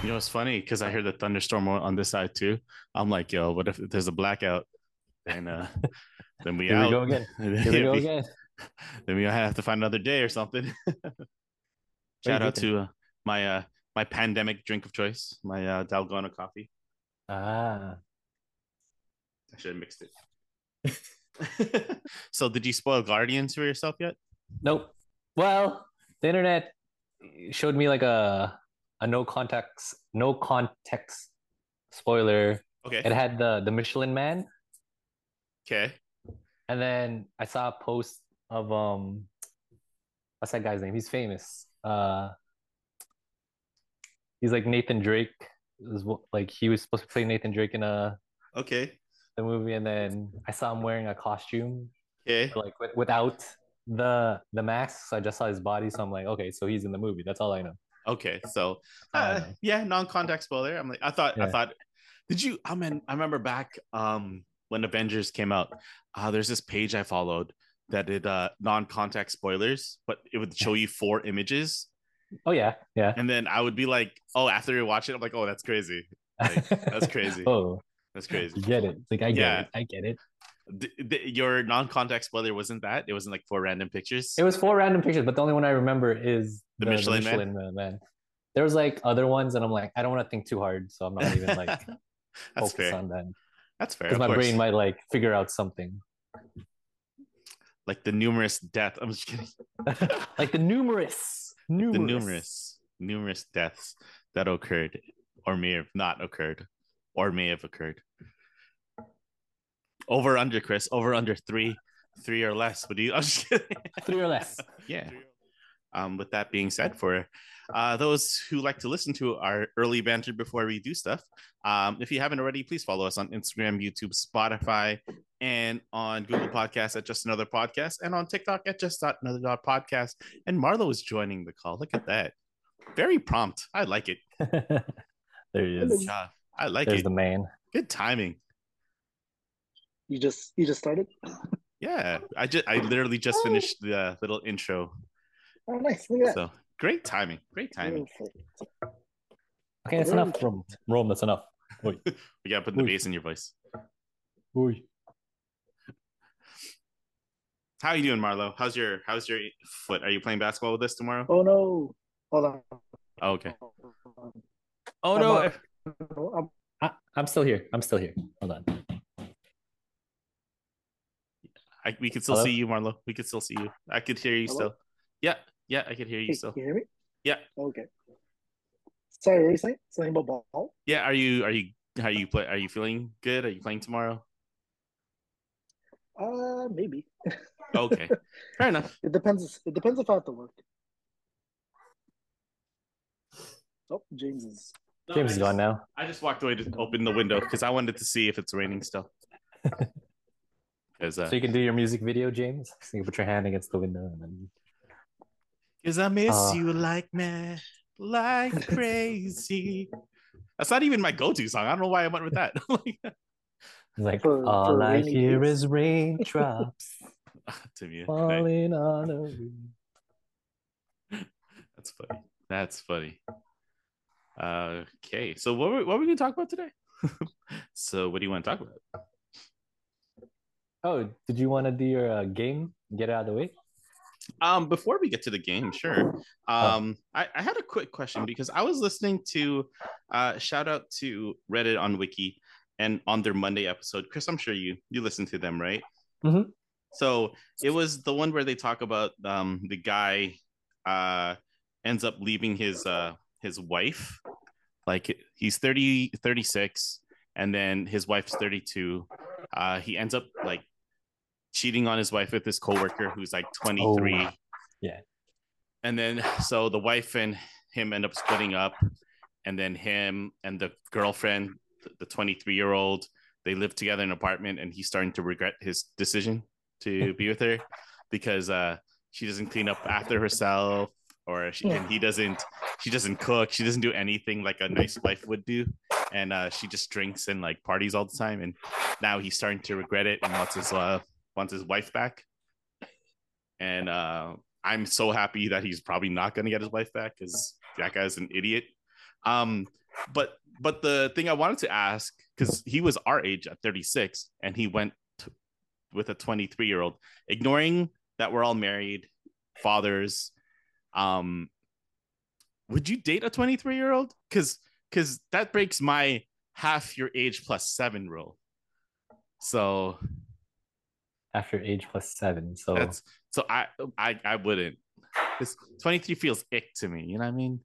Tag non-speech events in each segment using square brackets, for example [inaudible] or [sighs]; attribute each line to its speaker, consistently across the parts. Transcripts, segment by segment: Speaker 1: You know, it's funny because I hear the thunderstorm on on this side too. I'm like, yo, what if there's a blackout? And
Speaker 2: [laughs]
Speaker 1: uh, then we
Speaker 2: Here we go
Speaker 1: out.
Speaker 2: again. Here we
Speaker 1: [laughs] then,
Speaker 2: go
Speaker 1: we,
Speaker 2: again.
Speaker 1: [laughs] then we have to find another day or [laughs] something. Shout out to uh, my uh, my pandemic drink of choice, my uh, Dalgona coffee.
Speaker 2: ah.
Speaker 1: I should have mixed
Speaker 2: [laughs]
Speaker 1: it. [laughs] so, did you spoil Guardians for yourself yet?
Speaker 2: Nope. Well, the internet showed me like a a no context no context spoiler. It
Speaker 1: Okay.
Speaker 2: had the the Michelin Man,
Speaker 1: Okay.
Speaker 2: and then I saw a post of um, what's that guy's name? He's famous. Uh, he's like Nathan Drake. Is what, like he was supposed to play Nathan Drake in a
Speaker 1: Okay.
Speaker 2: the movie, and then I saw him wearing a costume
Speaker 1: Okay.
Speaker 2: like wi- without the the mask. So I just saw his body. So I'm like, okay, so he's in the movie. That's all I know.
Speaker 1: Okay. So,
Speaker 2: I [laughs]
Speaker 1: uh,
Speaker 2: don't know.
Speaker 1: yeah, non-contact spoiler. I'm like, I thought, I
Speaker 2: Yeah.
Speaker 1: thought, did you? I mean, I remember back um when Avengers came out. Uh, there's this page I followed that did uh non-contact spoilers, but it would show you four images,
Speaker 2: Oh yeah, yeah.
Speaker 1: and then I would be like, oh, after you watch it, I'm like, oh, that's crazy. Like, that's
Speaker 2: [laughs]
Speaker 1: crazy.
Speaker 2: oh,
Speaker 1: That's crazy.
Speaker 2: you get it. Like I get
Speaker 1: Yeah.
Speaker 2: it. I get it.
Speaker 1: Th- th- your non-contact spoiler wasn't that. It wasn't like four random pictures.
Speaker 2: It was four random pictures, but the only one I remember is
Speaker 1: The Michelin Man?
Speaker 2: Man. man. There was like other ones, and I'm like, I don't want to think too hard, so I'm not
Speaker 1: [laughs]
Speaker 2: even like
Speaker 1: that's fair.
Speaker 2: focused on them
Speaker 1: that's fair.
Speaker 2: because
Speaker 1: Of
Speaker 2: my
Speaker 1: course.
Speaker 2: brain might like figure out
Speaker 1: [laughs]
Speaker 2: something.
Speaker 1: like the numerous death. [laughs] I'm just kidding.
Speaker 2: Like the numerous, numerous,
Speaker 1: the numerous numerous deaths that occurred or may have not occurred or may have occurred over under chris over under three three or less would you [laughs] i'm just kidding
Speaker 2: three or less. [laughs]
Speaker 1: yeah um with that being said for uh those who like to listen to our early banter before we do stuff um if you haven't already please follow us on instagram youtube spotify and on google podcasts at just another podcast and on tiktok at just dot another dot podcast and marlo is joining the call look at that very prompt i like it
Speaker 2: there he
Speaker 1: Good
Speaker 2: is.
Speaker 1: job. i like
Speaker 2: There's
Speaker 1: it
Speaker 2: the man.
Speaker 1: good timing
Speaker 3: You just you just started.
Speaker 1: yeah i just i literally just finished the little intro
Speaker 3: Oh, nice. Look at that.
Speaker 1: so great timing great timing
Speaker 3: Beautiful.
Speaker 2: Okay, that's enough. Rome, Rome, that's enough.
Speaker 1: we gotta put the
Speaker 2: Ooh.
Speaker 1: bass in your voice
Speaker 2: Oy.
Speaker 1: How you doing, Marlo? How's your How's your foot? Are you playing basketball with us tomorrow?
Speaker 3: Oh no! Hold on.
Speaker 1: Oh, okay.
Speaker 2: Oh
Speaker 3: I'm
Speaker 2: no!
Speaker 3: up. Oh, I'm-
Speaker 2: I, Ah, I'm still here. I'm still here. Hold on.
Speaker 1: I, we can still
Speaker 2: Hello?
Speaker 1: see you, Marlo. We can still see you. I could hear you
Speaker 3: Hello?
Speaker 1: still. Yeah, yeah, I could hear you
Speaker 3: hey,
Speaker 1: still.
Speaker 3: Can you hear me?
Speaker 1: Yeah.
Speaker 3: Okay. Sorry, what were you saying? Something about ball?
Speaker 1: Yeah, are you Are you How you play? Are you feeling good? Are you playing tomorrow?
Speaker 3: Uh, maybe. [laughs]
Speaker 1: Okay, fair enough.
Speaker 3: It depends. It depends if I have to work. Oh, James is.
Speaker 1: No,
Speaker 2: [laughs] James
Speaker 1: I
Speaker 2: is
Speaker 1: just-
Speaker 2: gone now.
Speaker 1: I just walked away to open the window because I wanted to see if it's raining
Speaker 2: [laughs]
Speaker 1: still. uh, Because
Speaker 2: So you can do your music video, James. So you put your hand against the window and then
Speaker 1: I miss
Speaker 2: Uh.
Speaker 1: you like mad,
Speaker 2: [laughs]
Speaker 1: like crazy. That's not even my go-to song. I don't know why I went with that. [laughs] Like,
Speaker 2: it's like
Speaker 3: For-
Speaker 2: all
Speaker 3: for
Speaker 2: I
Speaker 3: rainy
Speaker 2: hear
Speaker 3: days."
Speaker 2: is
Speaker 3: [laughs]
Speaker 2: raindrops
Speaker 1: to me, like,
Speaker 2: falling on a roof.
Speaker 1: That's funny. That's funny. Uh, okay, so what were, what were we gonna talk about today? [laughs] so what do you want to talk about?
Speaker 2: Oh, did you want to do your uh, game? Get it out of the way.
Speaker 1: Um, before we get to the game, sure. Um, I, I had a quick question because I was listening to, uh, shout out to Reddit on Wiki and on their Monday episode. Chris, I'm sure you you listen to them, right? Mm-hmm.
Speaker 2: Mhm.
Speaker 1: So it was the one where they talk about um the guy, uh, ends up leaving his uh his wife, like he's 30 36 and then his wife's 32 uh he ends up like cheating on his wife with his coworker who's like 23
Speaker 2: Oh, yeah.
Speaker 1: and then so the wife and him end up splitting up and then him and the girlfriend th- the 23 year old they live together in an apartment and he's starting to regret his decision
Speaker 2: [laughs]
Speaker 1: to be with her because uh she doesn't clean up after herself or she, and he doesn't she doesn't cook she doesn't do anything like a nice wife would do and uh she just drinks and like parties all the time and now he's starting to regret it and wants his uh wants his wife back and uh i'm so happy that he's probably not going to get his wife back because that guy's an idiot um but but the thing I wanted to ask because he was our age at 36 and he went t- with a 23 year old, ignoring that we're all married, fathers. Um, would you date a 23 year old? Because because that breaks my half your age plus seven rule. So
Speaker 2: after age plus seven. So
Speaker 1: that's so I I I wouldn't. This 23 feels ick to me. You know what I mean?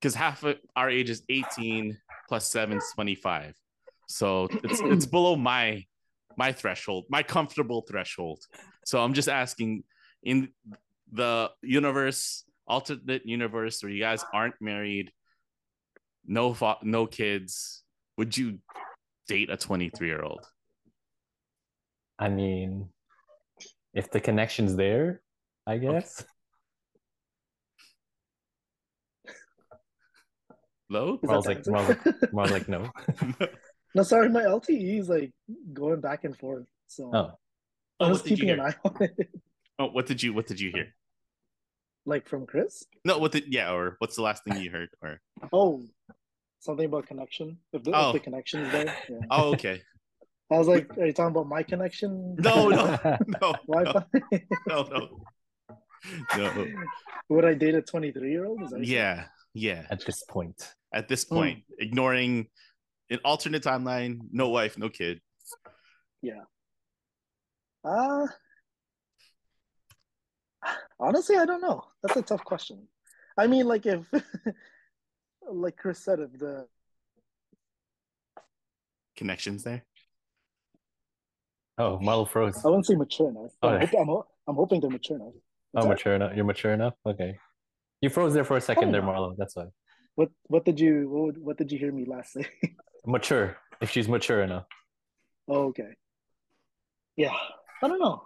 Speaker 1: Because half of our age is 18 plus seven is 25. So it's
Speaker 3: [clears throat]
Speaker 1: it's below my my threshold, my comfortable threshold. So I'm just asking in the universe, alternate universe where you guys aren't married, no fa- no kids, would you date a 23 year old?
Speaker 2: I mean, if the connection's there, I guess.
Speaker 1: Low?
Speaker 3: Is that
Speaker 2: Marl's
Speaker 3: the
Speaker 2: like,
Speaker 3: answer?
Speaker 2: Marl's like, Marl's like, [laughs] no.
Speaker 3: [laughs] No, sorry, my LTE is like going back and forth. So
Speaker 2: Oh,
Speaker 1: Oh,
Speaker 3: I
Speaker 1: [laughs]
Speaker 3: was
Speaker 1: what did you
Speaker 3: keeping an
Speaker 1: hear?
Speaker 3: eye on it. [laughs]
Speaker 1: Oh, what did you what did you hear?
Speaker 3: Like from Chris?
Speaker 1: No, what did yeah, or what's the last thing you heard? Or
Speaker 3: Oh, something about connection. If the,
Speaker 1: Oh.
Speaker 3: if the connection is there. Yeah.
Speaker 1: oh okay. [laughs]
Speaker 3: I was like, are you talking about my connection?
Speaker 1: No,
Speaker 2: Oh,
Speaker 3: [laughs]
Speaker 1: no, no, no,
Speaker 3: Wi-Fi?
Speaker 1: no, no. No.
Speaker 3: [laughs] Would I date a 23 year old?
Speaker 1: Yeah, yeah.
Speaker 2: [laughs] at this point,
Speaker 1: At this point, ignoring an alternate timeline, no wife, no kid.
Speaker 3: Uh, honestly, I don't know. That's a tough question. I mean, like if, [laughs] like Chris said, if the
Speaker 1: Connections there.
Speaker 2: oh, Marl froze.
Speaker 3: I wouldn't say mature enough. but I'm,
Speaker 2: Okay.
Speaker 3: hoping, I'm, ho- I'm hoping they're mature enough.
Speaker 2: Oh,
Speaker 3: that?
Speaker 2: mature enough. You're mature enough. Okay, you froze there for a second, there,
Speaker 3: know.
Speaker 2: Marlo. That's why.
Speaker 3: What what did you what, would- what did you hear me last say?
Speaker 2: Mature. If she's mature enough.
Speaker 3: oh, okay. Yeah, I don't know.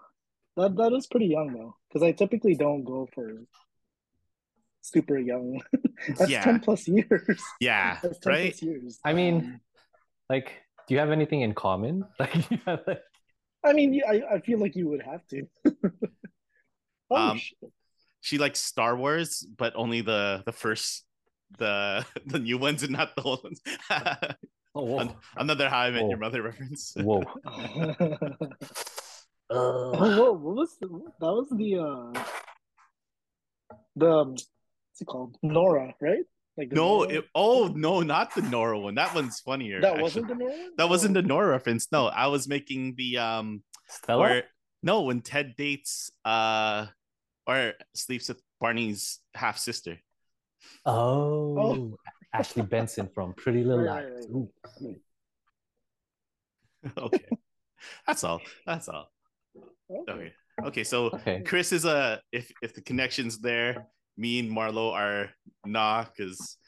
Speaker 3: That that is pretty young though, because I typically don't go for super young. [laughs] That's
Speaker 1: Yeah.
Speaker 3: ten plus years.
Speaker 1: Yeah,
Speaker 3: [laughs] That's ten
Speaker 1: right.
Speaker 3: plus years.
Speaker 2: I mean, like, do you have anything in common? [laughs] Like, you have, like
Speaker 3: I mean, you- I, I feel like you would have to. [laughs] oh,
Speaker 1: Um,
Speaker 3: shit. [laughs]
Speaker 1: She likes Star Wars, but only the the first the [laughs] the new ones and not the old ones. [laughs]
Speaker 2: oh, whoa.
Speaker 1: Another How I Met Your
Speaker 2: Oh.
Speaker 1: Mother
Speaker 3: [laughs]
Speaker 1: reference. [laughs]
Speaker 2: whoa.
Speaker 3: Oh, whoa, what was the, that? Was the uh, the um, what's it called? Nora, right? Like the
Speaker 1: No,
Speaker 3: Nora?
Speaker 1: it, oh no, not the Nora one. That one's funnier.
Speaker 3: that
Speaker 1: actually.
Speaker 3: wasn't the Nora. one?
Speaker 1: that wasn't
Speaker 3: Oh.
Speaker 1: the Nora reference. No, I was making the um
Speaker 2: Stella.
Speaker 1: where no when Ted dates uh or sleeps with Barney's half sister.
Speaker 2: Oh, Ashley Benson from Pretty Little
Speaker 3: Right, right,
Speaker 2: Liars.
Speaker 3: right.
Speaker 1: [laughs]
Speaker 2: Ooh.
Speaker 1: okay. That's all. That's all. Okay. Okay, so
Speaker 2: Okay.
Speaker 1: Chris is a if if the connection's there, me and Marlo are nah because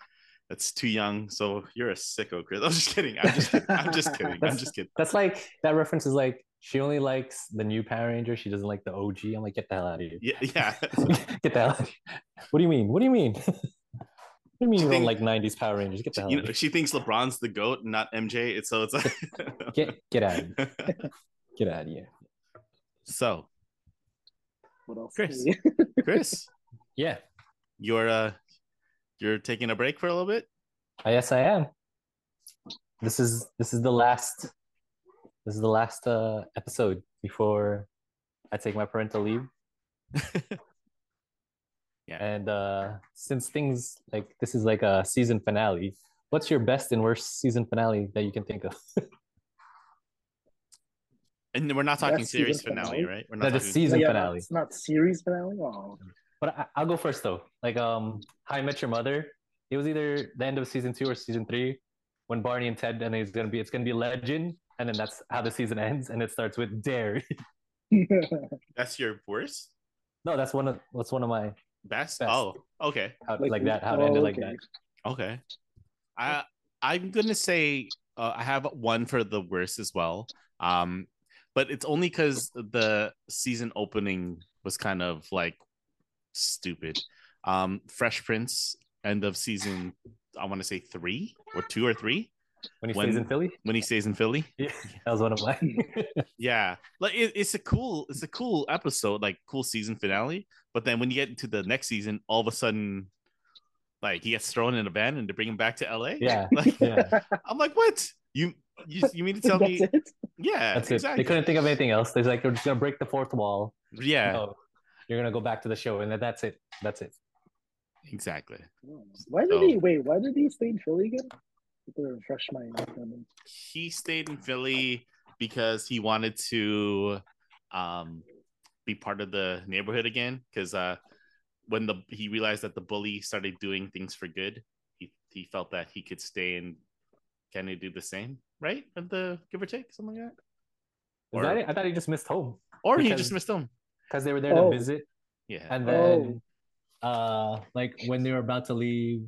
Speaker 1: that's too young. So you're a sicko, Chris. [laughs] I'm just kidding. I'm just kidding. I'm just kidding. I'm just kidding.
Speaker 2: That's like that reference is like she only likes the new Power Ranger. She doesn't like the OG. I'm like, get the hell out of here.
Speaker 1: Yeah, yeah.
Speaker 2: [laughs] get the hell out. Of here. What do you mean? What do you mean? [laughs] what do you mean you don't
Speaker 1: Think-
Speaker 2: like '90s Power Rangers? Get the hell
Speaker 1: You
Speaker 2: out.
Speaker 1: know,
Speaker 2: Of
Speaker 1: she thinks LeBron's the goat, and not MJ. It's so it's like [laughs]
Speaker 2: here. Get get out. Of here. Get out of here.
Speaker 1: so
Speaker 3: What else?
Speaker 1: Chris. Chris,
Speaker 2: Yeah.
Speaker 1: you're uh you're taking a break for a little bit.
Speaker 2: I- Yes, I am. This is this is the last. This is the last uh, episode before I take my parental leave.
Speaker 1: Yeah.
Speaker 2: And uh, since things like this is like a season finale, what's your best and worst season finale that you can think of?
Speaker 1: And we're not talking
Speaker 3: That's
Speaker 1: series
Speaker 3: season
Speaker 1: finale,
Speaker 3: finale.
Speaker 1: right? We're
Speaker 2: No, [laughs]
Speaker 1: not
Speaker 2: the
Speaker 1: talking-
Speaker 2: season
Speaker 3: Yeah,
Speaker 2: finale.
Speaker 3: It's not series finale. Oh, [laughs]
Speaker 2: But I, I'll go first though. Like, um, How I Met Your Mother. It was either the end of season two or season three, when Barney and Ted, and it's gonna be it's gonna be Legend, and then that's how the season [laughs] ends, and it starts with Dare. [laughs]
Speaker 1: That's your worst,
Speaker 2: no, that's one of that's one of my
Speaker 1: best.
Speaker 2: Best.
Speaker 1: Oh, okay,
Speaker 2: how, like, that how to
Speaker 3: oh,
Speaker 2: end it like
Speaker 3: okay.
Speaker 2: that.
Speaker 1: okay. I I'm gonna say uh, I have one for the worst as well. Um, but it's only because the season opening was kind of like stupid. Um, Fresh Prince end of season. I want to say three or two or three
Speaker 2: When he
Speaker 1: When-
Speaker 2: stays in Philly,
Speaker 1: when he stays in Philly.
Speaker 2: yeah, that was one of mine.
Speaker 1: Yeah, like it, it's a cool, it's a cool episode, like cool season finale. But then when you get into the next season, all of a sudden, Like he gets thrown in a van and they bring him back to LA.
Speaker 2: [laughs] Yeah,
Speaker 1: [laughs] Like,
Speaker 3: [laughs]
Speaker 2: yeah.
Speaker 1: I'm like, what? You you, you
Speaker 2: [laughs]
Speaker 1: mean to tell
Speaker 3: That's
Speaker 1: me?
Speaker 3: it.
Speaker 1: Yeah,
Speaker 2: That's it.
Speaker 1: exactly.
Speaker 2: They couldn't think of anything else. They're like, you're just gonna break the fourth wall.
Speaker 1: Yeah,
Speaker 2: No, you're gonna go back to the show, and then that's it. That's it.
Speaker 1: exactly.
Speaker 3: Why did
Speaker 1: So-
Speaker 3: he wait? Why did he stay in Philly again? To refresh my memory.
Speaker 1: He stayed in Philly because he wanted to um, be part of the neighborhood again. Because uh, when the he realized that the bully started doing things for good, he he felt that he could stay and kind of do the same, right? Of the give or take, something like that.
Speaker 2: Is
Speaker 1: Or,
Speaker 2: that it? I thought he just missed home
Speaker 1: or he
Speaker 2: Because-
Speaker 1: just missed home.
Speaker 2: because they were there
Speaker 3: Oh.
Speaker 2: to visit,
Speaker 1: Yeah.
Speaker 2: and then uh, like when they were about to leave,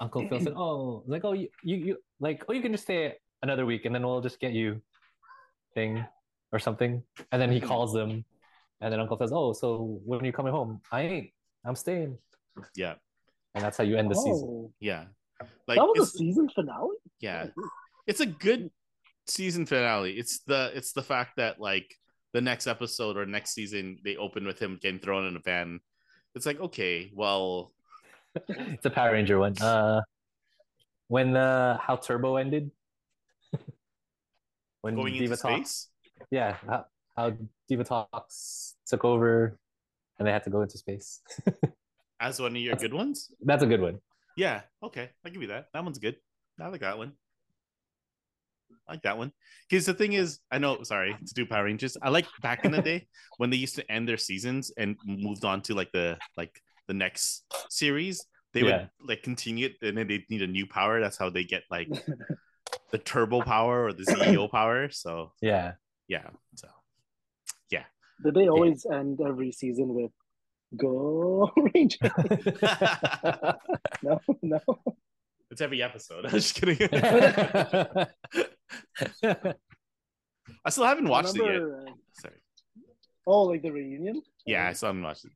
Speaker 2: Uncle Phil said, "Oh, like oh you, you you like oh you can just stay another week, and then we'll just get you thing or something." And then he calls them, and then Uncle says, "Oh, so when are you coming home? I ain't. I'm staying."
Speaker 1: Yeah.
Speaker 2: And that's how you end the season.
Speaker 3: Oh,
Speaker 1: yeah. Like
Speaker 3: that was a
Speaker 1: it's-
Speaker 3: season finale.
Speaker 1: yeah it's a good season finale it's the it's the fact that like the next episode or next season they open with him getting thrown in a van it's like okay well
Speaker 2: [laughs] It's a Power Ranger one. Uh, when uh, how Turbo ended. [laughs] when
Speaker 1: going
Speaker 2: Diva
Speaker 1: into
Speaker 2: talks,
Speaker 1: space
Speaker 2: yeah, how, how Diva talks took over, and they had to go into space. [laughs]
Speaker 1: as one of your good ones
Speaker 2: That's a good one.
Speaker 1: yeah okay i'll give you that that one's good i like that one I like that one because the thing is i know sorry to do power rangers i like back in the day when they used to end their seasons and moved on to like the like the next series they
Speaker 2: Yeah.
Speaker 1: would like continue it and then they need a new power that's how they get like the turbo power or the zeo power so
Speaker 2: [laughs] Yeah,
Speaker 1: yeah so
Speaker 3: Did they always end every season with "Go [laughs]
Speaker 2: [laughs]
Speaker 3: Rangers"?
Speaker 2: Oh,
Speaker 3: No, no.
Speaker 1: it's every episode [laughs] i'm just kidding i still haven't watched it yet
Speaker 3: Remember, uh,
Speaker 1: sorry
Speaker 3: oh, like the reunion.
Speaker 1: yeah i still haven't watched it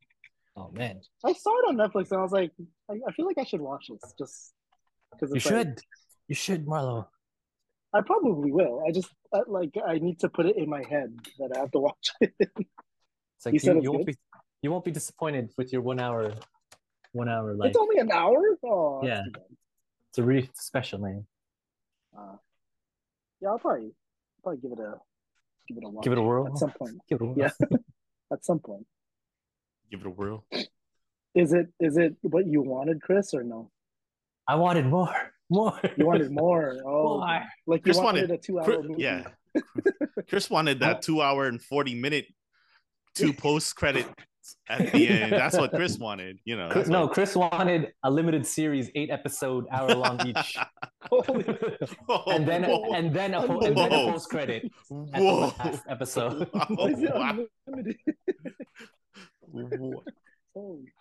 Speaker 2: oh [laughs] man,
Speaker 3: I saw it on Netflix, and I was like, I, I feel like I should watch this just because
Speaker 2: you should, you should, Marlo.
Speaker 3: I probably will. I just uh, like I need to put it in my head that I have to [laughs] watch it.
Speaker 2: It's like
Speaker 3: You
Speaker 2: you,
Speaker 3: said
Speaker 2: you,
Speaker 3: it's
Speaker 2: won't
Speaker 3: good?
Speaker 2: be, you won't be disappointed with your one hour, one hour like
Speaker 3: it's only an hour. Oh, that's
Speaker 2: Yeah.
Speaker 3: too bad.
Speaker 2: it's a really special name.
Speaker 3: Uh, yeah, I'll probably probably give it a give it a watch
Speaker 2: Give it a whirl.
Speaker 3: at some point.
Speaker 2: Give it a whirl.
Speaker 3: Yeah. At some point,
Speaker 1: give it a whirl
Speaker 3: is it is it what you wanted, Chris, or no?
Speaker 2: [laughs] I wanted more, more.
Speaker 3: You wanted more.
Speaker 2: [laughs]
Speaker 3: Oh,
Speaker 2: More.
Speaker 3: like you
Speaker 1: Chris
Speaker 3: wanted,
Speaker 1: wanted-
Speaker 3: a two-hour
Speaker 1: Chris-
Speaker 3: movie. [laughs]
Speaker 1: yeah chris wanted
Speaker 3: Oh.
Speaker 1: that two hour and 40 minute two
Speaker 3: [laughs]
Speaker 1: post credit at the end that's what chris wanted you know
Speaker 2: Chris-
Speaker 1: that's
Speaker 2: no,
Speaker 1: what-
Speaker 2: Chris wanted a limited series, eight episode, hour long [laughs] each,
Speaker 3: [laughs]
Speaker 1: [laughs]
Speaker 3: Holy-
Speaker 2: and then
Speaker 1: whoa,
Speaker 2: and then a, po- and then a
Speaker 1: Whoa.
Speaker 2: post credit at
Speaker 1: whoa. [laughs] Oh,
Speaker 2: the last episode.
Speaker 3: why is it
Speaker 1: Wow.
Speaker 3: unlimited? [laughs]
Speaker 1: Whoa.
Speaker 3: Holy-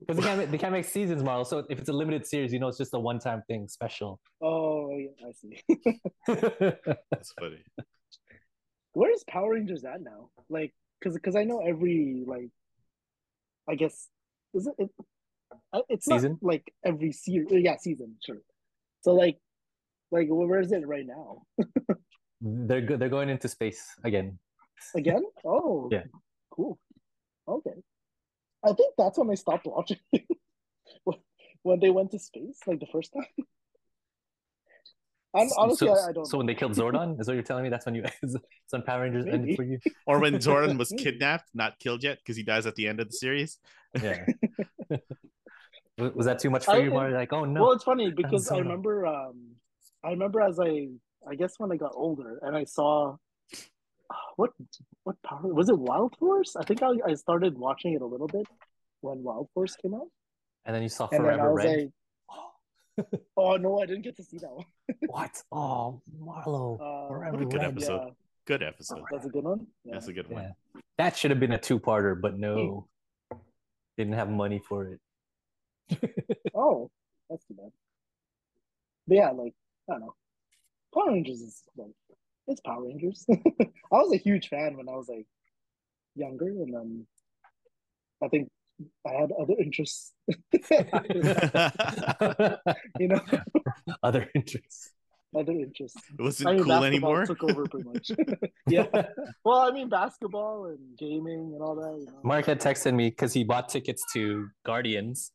Speaker 2: Because they can't make, they can't make seasons, Marl. So if it's a limited series, you know it's just a one time thing, special. [laughs]
Speaker 3: oh, yeah, I see.
Speaker 1: that's funny
Speaker 3: Where is Power Rangers at now? Like, cause, 'cause I know every like, I guess is it? it I- it's
Speaker 2: Season?
Speaker 3: not like every season. Yeah, season. Sure. So like, like where is it right now?
Speaker 2: they're good. They're going into space again.
Speaker 3: Again?
Speaker 2: [laughs]
Speaker 3: Oh,
Speaker 2: Yeah.
Speaker 3: Cool. Okay. I think that's when I stopped watching. [laughs] When- when they went to space, like the first time. [laughs] I'm, honestly,
Speaker 2: so,
Speaker 3: I, I don't.
Speaker 2: So when they killed Zordon, is what you're telling me? That's when you. [laughs] That's when Power Rangers
Speaker 3: Maybe.
Speaker 2: ended for
Speaker 3: [laughs]
Speaker 2: you.
Speaker 1: or when jordan was
Speaker 3: Maybe.
Speaker 1: kidnapped not killed yet because he dies at the end of the series
Speaker 2: Yeah. [laughs] Was- Was that too much for you,
Speaker 3: I-
Speaker 2: Marl? Like, oh
Speaker 3: Well,
Speaker 2: no. [laughs]
Speaker 3: it's funny because I
Speaker 2: Zordon.
Speaker 3: remember. Um, I remember as I, I guess when I got older and I saw, [sighs] what, what power was it? Wild Force. I think I, I started watching it a little bit when Wild Force came out,
Speaker 2: And then you saw
Speaker 3: and then I
Speaker 2: Forever
Speaker 3: was
Speaker 2: Red.
Speaker 3: like, oh no, I didn't get to see that one.
Speaker 2: [gasps] What? Oh, Marlo.
Speaker 3: Uh,
Speaker 2: Forever
Speaker 1: What a good
Speaker 2: Red.
Speaker 1: episode. good episode
Speaker 3: Yeah, that's a good one. Yeah.
Speaker 1: that's a good one
Speaker 2: Yeah. That should have been a two-parter, but no,
Speaker 3: Hmm.
Speaker 2: didn't have money for it.
Speaker 3: Oh, that's too bad. But yeah, like I don't know. Power Rangers is like it's Power Rangers. [laughs] I was a huge fan when I was like younger, and then I think I had other interests. [laughs]
Speaker 2: [laughs]
Speaker 3: you know, [laughs]
Speaker 2: Other interests.
Speaker 3: other interests.
Speaker 1: [laughs] it wasn't
Speaker 3: I mean,
Speaker 1: cool
Speaker 3: basketball
Speaker 1: anymore
Speaker 3: took over pretty
Speaker 1: [laughs]
Speaker 3: much.
Speaker 2: [laughs]
Speaker 3: yeah. Well, I mean, basketball and gaming and all that. You know.
Speaker 2: Mark had texted me because he bought tickets to Guardians,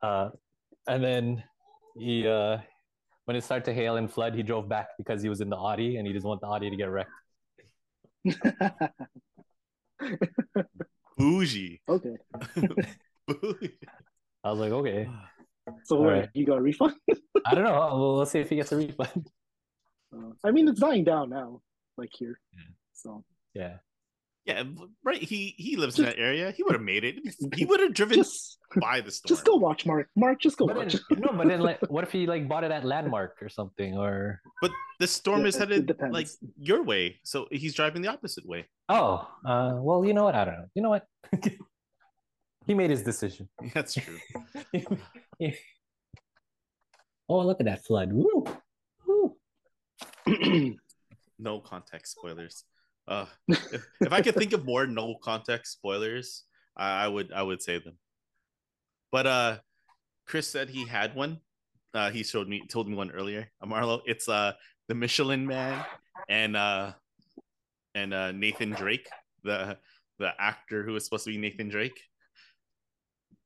Speaker 2: uh, and then he uh when it started to hail and flood, he drove back because he was in the Audi and he doesn't want the Audi to get wrecked.
Speaker 1: Bougie.
Speaker 3: [laughs] okay.
Speaker 1: Bougie.
Speaker 2: I was like, okay,
Speaker 3: So
Speaker 2: All
Speaker 3: what,
Speaker 2: right.
Speaker 3: you got a refund? [laughs]
Speaker 2: I don't know. Well, let's see if he gets a refund. [laughs]
Speaker 3: Uh, I mean, it's dying down now, like here. So
Speaker 2: Yeah,
Speaker 1: Yeah, right. He he lives in that area. He would have made it.
Speaker 3: [laughs]
Speaker 1: He would have driven
Speaker 3: just
Speaker 1: by the storm.
Speaker 3: just go watch Mark. Mark, just go
Speaker 2: but
Speaker 3: watch.
Speaker 2: then, no, but then like, what if he like bought it at Landmark or something or
Speaker 1: But the storm is
Speaker 3: It- it
Speaker 1: headed
Speaker 3: depends.
Speaker 1: like your way, so he's driving the opposite way. [laughs]
Speaker 2: Oh, uh, well, you know what? I don't know. You know what? [laughs] he made his decision.
Speaker 1: That's true.
Speaker 2: [laughs] oh, look at that flood. Woo! Woo!
Speaker 1: [clears throat] no context spoilers. Uh, if, if I could think of more no context spoilers, I, I would I would say them. But uh, Chris said he had one. Uh, he showed me told me one earlier. Uh, Marlo, it's uh the Michelin Man and uh and uh Nathan Drake, the the actor who was supposed to be Nathan Drake,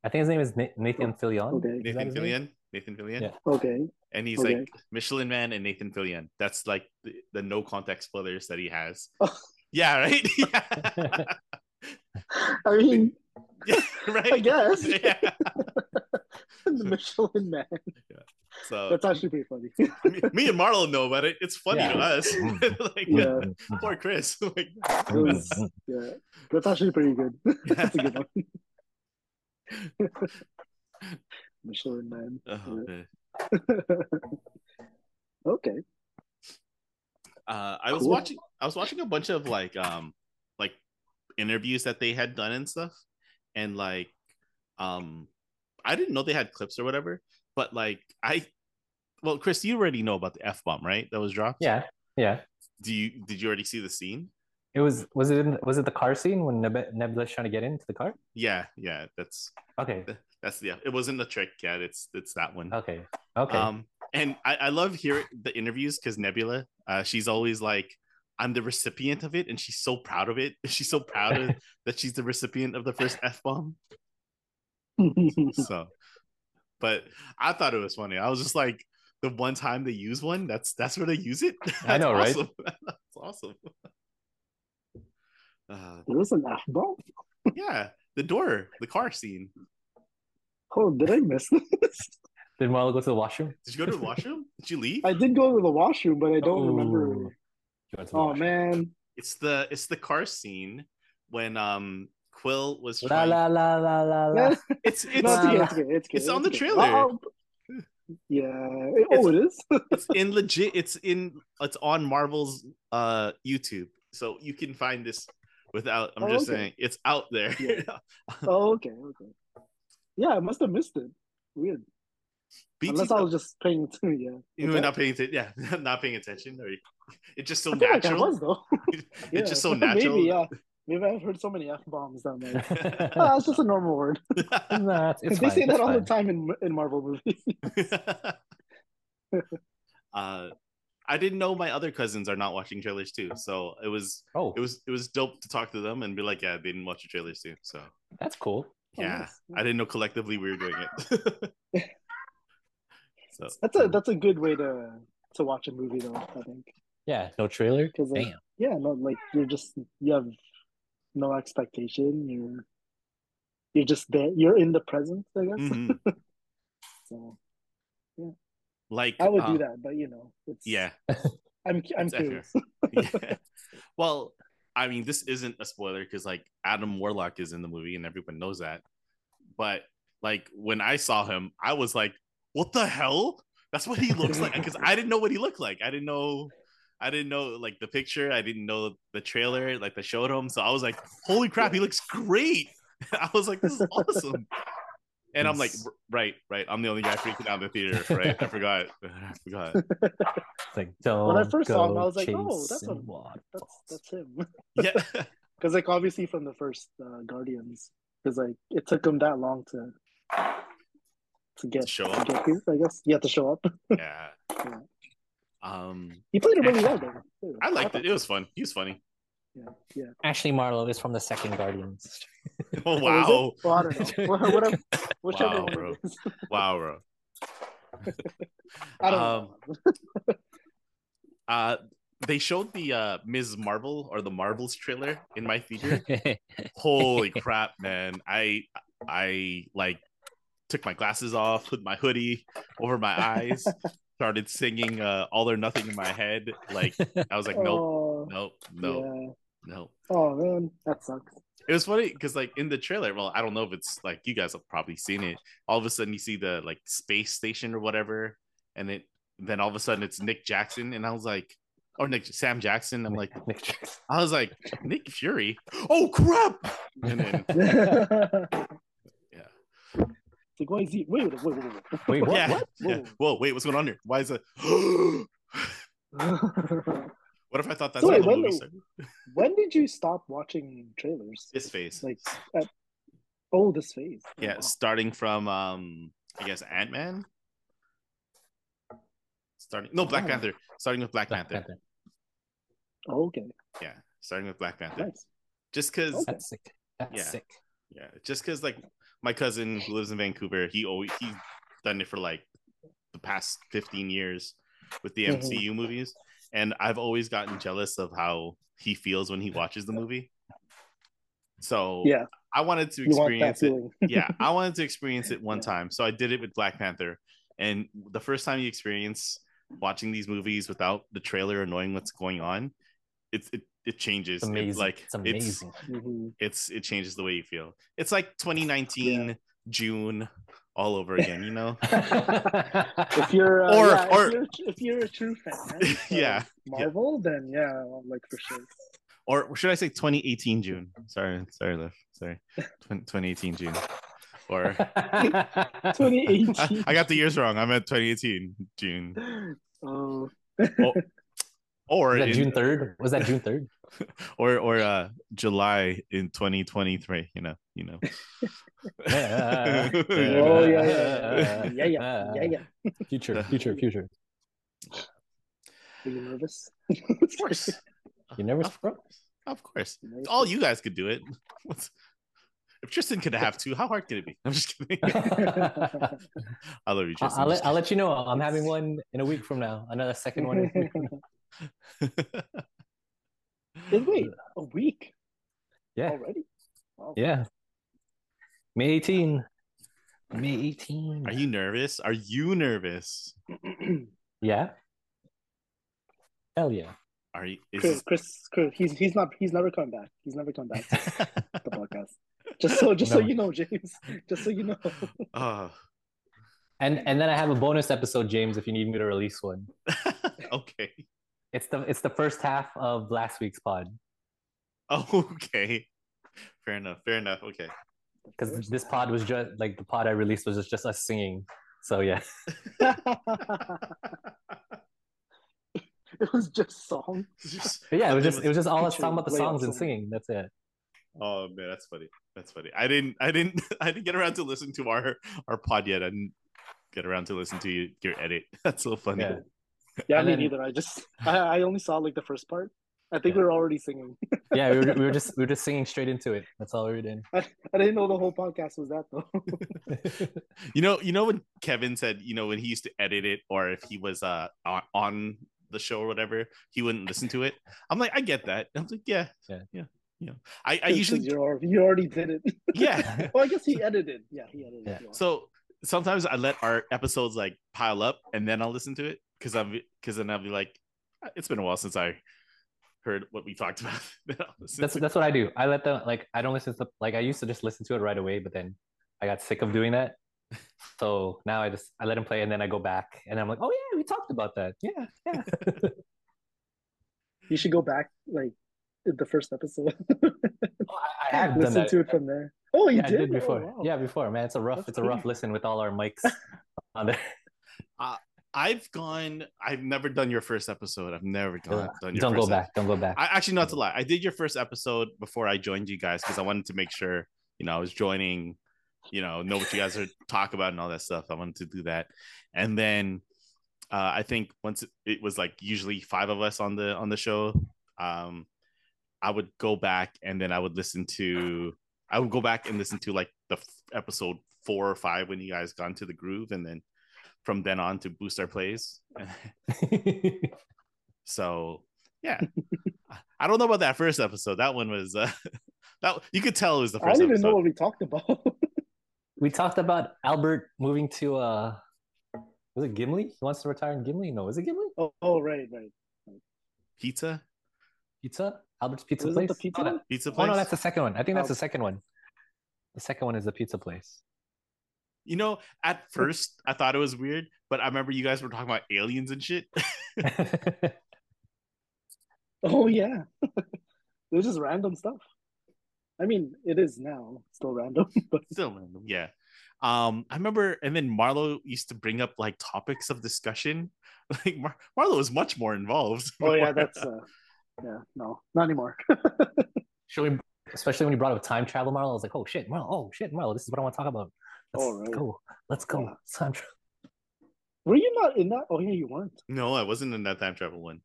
Speaker 2: I think his name is Na- Nathan Fillion.
Speaker 3: Oh, okay,
Speaker 2: Is
Speaker 1: Nathan
Speaker 2: that his name?
Speaker 1: Fillion, Nathan Fillion.
Speaker 2: Yeah.
Speaker 3: okay.
Speaker 1: and he's
Speaker 3: Okay.
Speaker 1: like Michelin Man and Nathan Fillion. That's like the, the no context spoilers that he
Speaker 3: [laughs]
Speaker 1: has.
Speaker 3: Oh.
Speaker 1: yeah, right. [laughs]
Speaker 2: [laughs]
Speaker 1: yeah,
Speaker 3: I mean,
Speaker 1: right.
Speaker 3: I guess.
Speaker 1: [laughs] Yeah.
Speaker 3: [laughs] the Michelin Man.
Speaker 1: So
Speaker 3: [laughs] That's actually pretty funny. [laughs]
Speaker 1: me, me and Marlon know about it. It's funny to
Speaker 2: Yeah.
Speaker 1: [laughs] us. like
Speaker 3: Yeah.
Speaker 1: poor Chris. [laughs] like,
Speaker 3: [laughs]
Speaker 1: [laughs]
Speaker 3: It was- yeah, that's actually pretty good. [laughs] that's a good one. [laughs] Michelin Man. [laughs]
Speaker 1: oh, man.
Speaker 3: okay. [laughs]
Speaker 1: uh, I was
Speaker 3: Cool.
Speaker 1: watching. I was watching a bunch of like um like interviews that they had done and stuff, and like um I didn't know they had clips or whatever, but like I. Well, Chris, you already know about the f bomb, right? That was dropped.
Speaker 2: [laughs] Yeah, yeah.
Speaker 1: Do you did you already see the scene?
Speaker 2: It was was it in, was it the car scene when Neb- Nebula's trying to get into the car?
Speaker 1: Yeah, yeah. That's
Speaker 2: Okay,
Speaker 1: that's yeah. It wasn't the trick yet. It's it's that one.
Speaker 2: okay, Oh, okay.
Speaker 1: Um, and I, I love hearing the interviews because Nebula, uh, she's always like, I'm the recipient of it, and she's so proud of it. [laughs] She's so proud
Speaker 2: [laughs]
Speaker 1: of, that she's the recipient of the first f bomb. So, but I thought it was funny. I was just like, the one time they use one, that's that's where they use it. [laughs]
Speaker 2: I know, right?
Speaker 1: That's awesome. that's awesome. Uh,
Speaker 3: There was an F bomb.
Speaker 1: yeah, the door, the car scene.
Speaker 3: Oh, did I miss this? [laughs]
Speaker 2: Did Marlo go to the washroom?
Speaker 1: Did you go to the washroom? Did you leave?
Speaker 3: I did go to the washroom, but I don't
Speaker 2: Ooh.
Speaker 3: remember.
Speaker 2: She went to the
Speaker 3: Oh
Speaker 2: washroom.
Speaker 3: man.
Speaker 1: It's the it's the car scene when um Quill was
Speaker 2: La
Speaker 1: trying.
Speaker 2: la la la la la. [laughs]
Speaker 3: No,
Speaker 1: [laughs] It's it's
Speaker 3: it's,
Speaker 2: uh,
Speaker 3: good, it's, good, it's, good,
Speaker 1: it's on the
Speaker 3: good.
Speaker 1: trailer.
Speaker 3: I'll- I'll- yeah. Oh, it is.
Speaker 1: [laughs] it's in legit. It's in it's on Marvel's uh YouTube, so you can find this without. I'm
Speaker 3: Oh,
Speaker 1: just
Speaker 3: okay.
Speaker 1: saying it's out there. [laughs]
Speaker 3: Yeah. oh, okay, okay. Yeah, I must have missed it. Weird.
Speaker 1: BT,
Speaker 3: Unless I was just [laughs] paying attention. Yeah.
Speaker 1: you were not paying attention. Yeah, [laughs] not paying attention. Or it's just so
Speaker 3: I feel like I
Speaker 1: natural.
Speaker 3: was though. Yeah.
Speaker 1: [laughs] It's just so natural.
Speaker 3: [laughs] Maybe yeah. Maybe I've heard so many f bombs that
Speaker 2: [laughs]
Speaker 3: like,
Speaker 2: nah,
Speaker 3: ah, it's just a normal word.
Speaker 2: it's, it's
Speaker 3: they
Speaker 2: fine,
Speaker 3: say that
Speaker 2: it's
Speaker 3: all the
Speaker 2: fine.
Speaker 3: time in in Marvel movies. [laughs]
Speaker 1: [laughs] uh, I didn't know my other cousins are not watching trailers too, so it was
Speaker 2: Oh,
Speaker 1: it was it was dope to talk to them and be like, yeah, they didn't watch the trailers too. So
Speaker 2: that's cool.
Speaker 3: Oh,
Speaker 1: yeah, I didn't know collectively we were doing it.
Speaker 3: [laughs]
Speaker 1: [laughs] so
Speaker 3: That's a that's a good way to to watch a movie though. I think
Speaker 2: Yeah, no trailer.
Speaker 3: because like,
Speaker 2: Damn.
Speaker 3: yeah, no, like you're just you have no expectation. You're you're just there. You're in the present, I guess.
Speaker 1: Mhm.
Speaker 3: So
Speaker 1: like
Speaker 3: I would
Speaker 1: uh,
Speaker 3: do that, but you know, it's
Speaker 1: Yeah,
Speaker 3: I'm I'm
Speaker 1: It's accurate.
Speaker 3: curious.
Speaker 1: [laughs] yeah. Well, I mean, this isn't a spoiler because like Adam Warlock is in the movie and everyone knows that. But like when I saw him, I was like, what the hell? That's what he looks like because I didn't know what he looked like. I didn't know. I didn't know like the picture. I didn't know the trailer, like they showed him. So I was like, "Holy crap, he looks great!" [laughs] I was like, "This is awesome!" And I'm like,
Speaker 2: Yes.
Speaker 1: "R- "Right, right." I'm the only guy freaking out in the theater, right? I forgot. [laughs] I forgot.
Speaker 2: It's like don't.
Speaker 3: When I first saw him,
Speaker 2: go
Speaker 3: I was like, oh, that's
Speaker 2: chasing
Speaker 3: a- That's
Speaker 2: waterfalls.
Speaker 3: that's him.
Speaker 1: Yeah.
Speaker 3: Because like obviously from the first uh, Guardians, because like it took them that long to to get
Speaker 1: To show up.
Speaker 3: get here, I guess you have to show up.
Speaker 1: yeah.
Speaker 3: Yeah.
Speaker 1: Um,
Speaker 3: He played it really well though.
Speaker 1: I liked
Speaker 3: [laughs]
Speaker 1: it. It was fun. He was funny.
Speaker 2: Ashley Marlowe is from the second Guardians.
Speaker 1: Oh
Speaker 3: Oh,
Speaker 1: [laughs]
Speaker 3: is
Speaker 1: wow, [laughs]
Speaker 3: it? Well, I don't know. What, what, whichever
Speaker 1: Wow,
Speaker 3: one it
Speaker 1: bro.
Speaker 3: is. [laughs]
Speaker 1: wow, bro.
Speaker 3: I don't
Speaker 1: Um,
Speaker 3: know. [laughs]
Speaker 1: Uh, they showed the uh, Ms. Marvel or the Marvels trailer in my
Speaker 3: [laughs]
Speaker 1: theater. Holy crap, man! I I like took my glasses off, put my hoodie over my
Speaker 3: [laughs]
Speaker 1: eyes, started singing uh, "All or Nothing" in my head. Like I was like, nope,
Speaker 3: [laughs] oh,
Speaker 1: nope, nope,
Speaker 3: Yeah.
Speaker 1: nope.
Speaker 3: Oh man,
Speaker 1: [laughs]
Speaker 3: that sucks.
Speaker 1: It was funny because like in the trailer, well, I don't know if it's like you guys have probably seen it. All of a sudden, you see the like space station or whatever, and it then all of a sudden it's Nick Jackson, and I was like, or Nick Sam Jackson. I'm
Speaker 2: [laughs]
Speaker 1: like,
Speaker 2: Nick Jackson.
Speaker 1: I was like Nick Fury. Oh crap! And
Speaker 3: [laughs]
Speaker 1: then
Speaker 3: yeah. Like, why is he? Wait, wait, wait, wait.
Speaker 2: Wait, what?
Speaker 3: [laughs]
Speaker 1: yeah,
Speaker 2: what?
Speaker 1: [laughs] yeah.
Speaker 3: Whoa.
Speaker 1: Whoa, wait, what's going on here? Why is it? [gasps] what
Speaker 3: wait.
Speaker 1: if I thought that's
Speaker 3: So
Speaker 1: how
Speaker 3: wait,
Speaker 1: the
Speaker 3: when
Speaker 1: movie
Speaker 3: the-
Speaker 1: started?
Speaker 3: when did you stop watching trailers?
Speaker 1: His face.
Speaker 3: Like, at, oh, this phase. Oh,
Speaker 1: Yeah, starting from um, I guess Ant Man. Starting no Black
Speaker 3: Oh.
Speaker 1: Panther. Starting with Black,
Speaker 2: Black
Speaker 1: Panther.
Speaker 2: Panther.
Speaker 3: wow. Oh, okay.
Speaker 1: Yeah, starting with Black Panther.
Speaker 3: Nice.
Speaker 1: Just because
Speaker 3: Okay.
Speaker 2: That's sick. That's
Speaker 1: Yeah.
Speaker 2: sick.
Speaker 1: Yeah, just because like my cousin who lives in Vancouver, he always he's done it for like the past fifteen years with the
Speaker 3: Mhm.
Speaker 1: MCU movies, and I've always gotten jealous of how he feels when he watches the movie. So
Speaker 3: Yeah,
Speaker 1: I wanted to
Speaker 3: you want that
Speaker 1: experience it.
Speaker 3: feeling. [laughs]
Speaker 1: yeah, I wanted to experience it one
Speaker 3: Yeah.
Speaker 1: time, so I did it with Black Panther, and the first time you experience watching these movies without the trailer or knowing what's going on, it's it it changes.
Speaker 2: It's amazing.
Speaker 1: It's like
Speaker 2: it's amazing.
Speaker 1: [laughs]
Speaker 2: [laughs]
Speaker 3: hmm
Speaker 1: it's it changes the way you feel. It's [sighs] like 2019 June all over again, you [laughs] know?
Speaker 3: If you're, uh,
Speaker 1: Or-
Speaker 3: yeah,
Speaker 1: or-
Speaker 3: if you're, if you're a true fan,
Speaker 1: [laughs]
Speaker 3: of uh,
Speaker 1: Yeah,
Speaker 3: Marvel, then yeah, like
Speaker 2: [laughs]
Speaker 3: for sure.
Speaker 1: Or should I say 2018 June? Sorry, sorry, Liv. Sorry. Twen- 2018 June. [laughs] Or I,
Speaker 3: 2018.
Speaker 1: I got the years wrong. I'm at 2018 June.
Speaker 3: [laughs] oh,
Speaker 1: Or
Speaker 2: Was that
Speaker 1: in,
Speaker 2: June third? Was that June
Speaker 1: [laughs]
Speaker 2: third?
Speaker 1: or or uh July in 2023, you know, you know. [laughs]
Speaker 2: Yeah.
Speaker 3: oh
Speaker 1: Yeah.
Speaker 3: yeah, yeah, yeah, yeah,
Speaker 2: [laughs]
Speaker 3: yeah, yeah. yeah, yeah.
Speaker 2: Future, future, future.
Speaker 3: Are you nervous? [laughs]
Speaker 1: Of course.
Speaker 2: You never
Speaker 1: Of
Speaker 2: spoke.
Speaker 1: Of course. All you guys could do it. [laughs] What's- If Tristan could have two, how hard could it be? [laughs] I'm just
Speaker 2: [laughs]
Speaker 1: kidding. I
Speaker 2: I'll,
Speaker 1: love you, Tristan.
Speaker 2: [laughs] I'll,
Speaker 1: I'm just
Speaker 2: let, I'll let you know. I'm having one in a week from now. Another second
Speaker 3: [laughs]
Speaker 2: one. In a week.
Speaker 1: [laughs]
Speaker 3: Did wait a week
Speaker 2: Yeah,
Speaker 3: already? Wow.
Speaker 2: yeah. May 18. May 18.
Speaker 1: Are you nervous? Are you nervous?
Speaker 3: [clears throat]
Speaker 2: Yeah. Hell yeah.
Speaker 1: Are you? Is
Speaker 3: [laughs] Chris, Chris, Chris, he's he's not he's never coming back. He's never coming back to the
Speaker 2: [laughs]
Speaker 3: podcast. Just so just so
Speaker 2: No.
Speaker 3: you know, James. Just so you know.
Speaker 1: oh,
Speaker 2: And and then I have a bonus episode, James, if you need me to release one.
Speaker 1: okay. [laughs]
Speaker 2: It's the it's the first half of last week's pod
Speaker 1: Oh, okay. Fair enough. Fair enough. Okay. [laughs]
Speaker 2: because this pod was just like the pod I released was just, just us singing. So yeah,
Speaker 3: [laughs] [laughs] it was just song.
Speaker 1: Just-
Speaker 2: but yeah, it was
Speaker 1: It
Speaker 2: just it was just all us talking about the
Speaker 3: Way
Speaker 2: songs and
Speaker 3: awesome.
Speaker 2: singing. That's it.
Speaker 1: oh man, that's funny. That's funny. I didn't. I didn't. [laughs] I didn't get around to listen to our our pod yet. I didn't get around to listen to your, your edit. [laughs] That's so funny.
Speaker 2: Yeah.
Speaker 3: Yeah,
Speaker 2: And
Speaker 3: me
Speaker 2: then-
Speaker 3: neither. I just I, I only saw like the first part. I think we were already singing. [laughs]
Speaker 2: Yeah, we were, we were just we were just singing straight into it. That's all we were doing.
Speaker 3: I didn't know the whole podcast was that though.
Speaker 1: [laughs] You know, you know when Kevin said, you know, when he used to edit it, or if he was uh on, on the show or whatever, he wouldn't listen to it. I'm like, I get that. I'm like, yeah, yeah,
Speaker 2: Yeah.
Speaker 1: yeah. You know, I, I
Speaker 3: [laughs] 'Cause- 'cause
Speaker 1: usually, [laughs]
Speaker 3: you're, al- you already did it. [laughs]
Speaker 1: yeah.
Speaker 3: well, I guess he edited. Yeah, he edited.
Speaker 2: Yeah.
Speaker 1: So sometimes I let our episodes like pile up, and then I'll listen to it because I'm because then I'll be like, it's been a while since I heard what we talked about. [laughs] Then I'll listen
Speaker 2: That's
Speaker 1: to it.
Speaker 2: that's what I do. I let them like I don't listen to like I used to just listen to it right away, but then I got sick of doing
Speaker 3: [laughs]
Speaker 2: that. So now I just I let him play and then I go back and I'm like, oh yeah, we talked about that. Yeah, yeah.
Speaker 3: [laughs] you should go back like the first episode.
Speaker 2: Oh, I, I
Speaker 3: [laughs]
Speaker 2: have done
Speaker 3: Listen
Speaker 2: that.
Speaker 3: to it from there. Oh, you
Speaker 2: Yeah, I
Speaker 3: did?
Speaker 2: did
Speaker 3: Oh,
Speaker 2: before.
Speaker 3: wow.
Speaker 2: Yeah, before man, it's a rough,
Speaker 3: That's
Speaker 2: it's a rough
Speaker 3: cool.
Speaker 2: listen with all our
Speaker 3: [laughs]
Speaker 2: mics [laughs] on there.
Speaker 1: I've gone. I've never done your first episode. I've never gone. Done your
Speaker 2: Don't go
Speaker 1: first
Speaker 2: back. Don't go back.
Speaker 1: I actually not to lie, I did your first episode before I joined you guys because I wanted to make sure you know I was joining, you know, know what you guys are [laughs] talk about and all that stuff. I wanted to do that, and then uh, I think once it, it was like usually five of us on the on the show, um, I would go back and then I would listen to I would go back and listen to like the f- episode four or five when you guys got into the groove, and then from then on to boost our plays. [laughs] so
Speaker 3: [laughs]
Speaker 1: yeah, I don't know about that first episode. That one was uh, [laughs] that you could tell it was the
Speaker 3: I
Speaker 1: first.
Speaker 3: don't even
Speaker 1: episode.
Speaker 3: know what we talked about.
Speaker 2: [laughs]
Speaker 3: [laughs]
Speaker 2: we talked about Albert moving to uh, was it Gimli? He wants to retire in Gimli. No, is it Gimli?
Speaker 3: oh, oh, right, right.
Speaker 1: Pizza,
Speaker 2: Pizza? Albert's Pizza
Speaker 3: Was it
Speaker 2: Place.
Speaker 3: the pizza
Speaker 2: Oh, that-
Speaker 3: one? Oh.
Speaker 1: pizza
Speaker 2: Oh
Speaker 1: place.
Speaker 2: no, that's the second one. I think that's the
Speaker 3: Al-
Speaker 2: second one. The second one is the
Speaker 1: [laughs]
Speaker 2: pizza place. [laughs]
Speaker 1: you know,
Speaker 3: [laughs]
Speaker 1: at first I thought it was weird, but I remember you guys were talking about aliens and shit. [laughs]
Speaker 3: Oh yeah, [laughs] it was just random stuff. I mean, it is now still random, [laughs] but
Speaker 1: Still random, yeah. Um, I remember, and then Marlo used to bring up like topics of discussion. [laughs] Like Mar- Marlo was much more involved. [laughs]
Speaker 3: oh [laughs] yeah, that's uh, yeah, no, not anymore. [laughs]
Speaker 2: Should we, especially when you brought up time travel, Marlo, I was like, oh shit, Marlo, oh shit, Marlo, this is what I want to talk about. Let's
Speaker 3: All right.
Speaker 2: go. Let's go.
Speaker 3: Yeah.
Speaker 2: Time travel.
Speaker 3: Were you not in that? Oh yeah, you weren't.
Speaker 1: [laughs] no, I wasn't in that time travel one.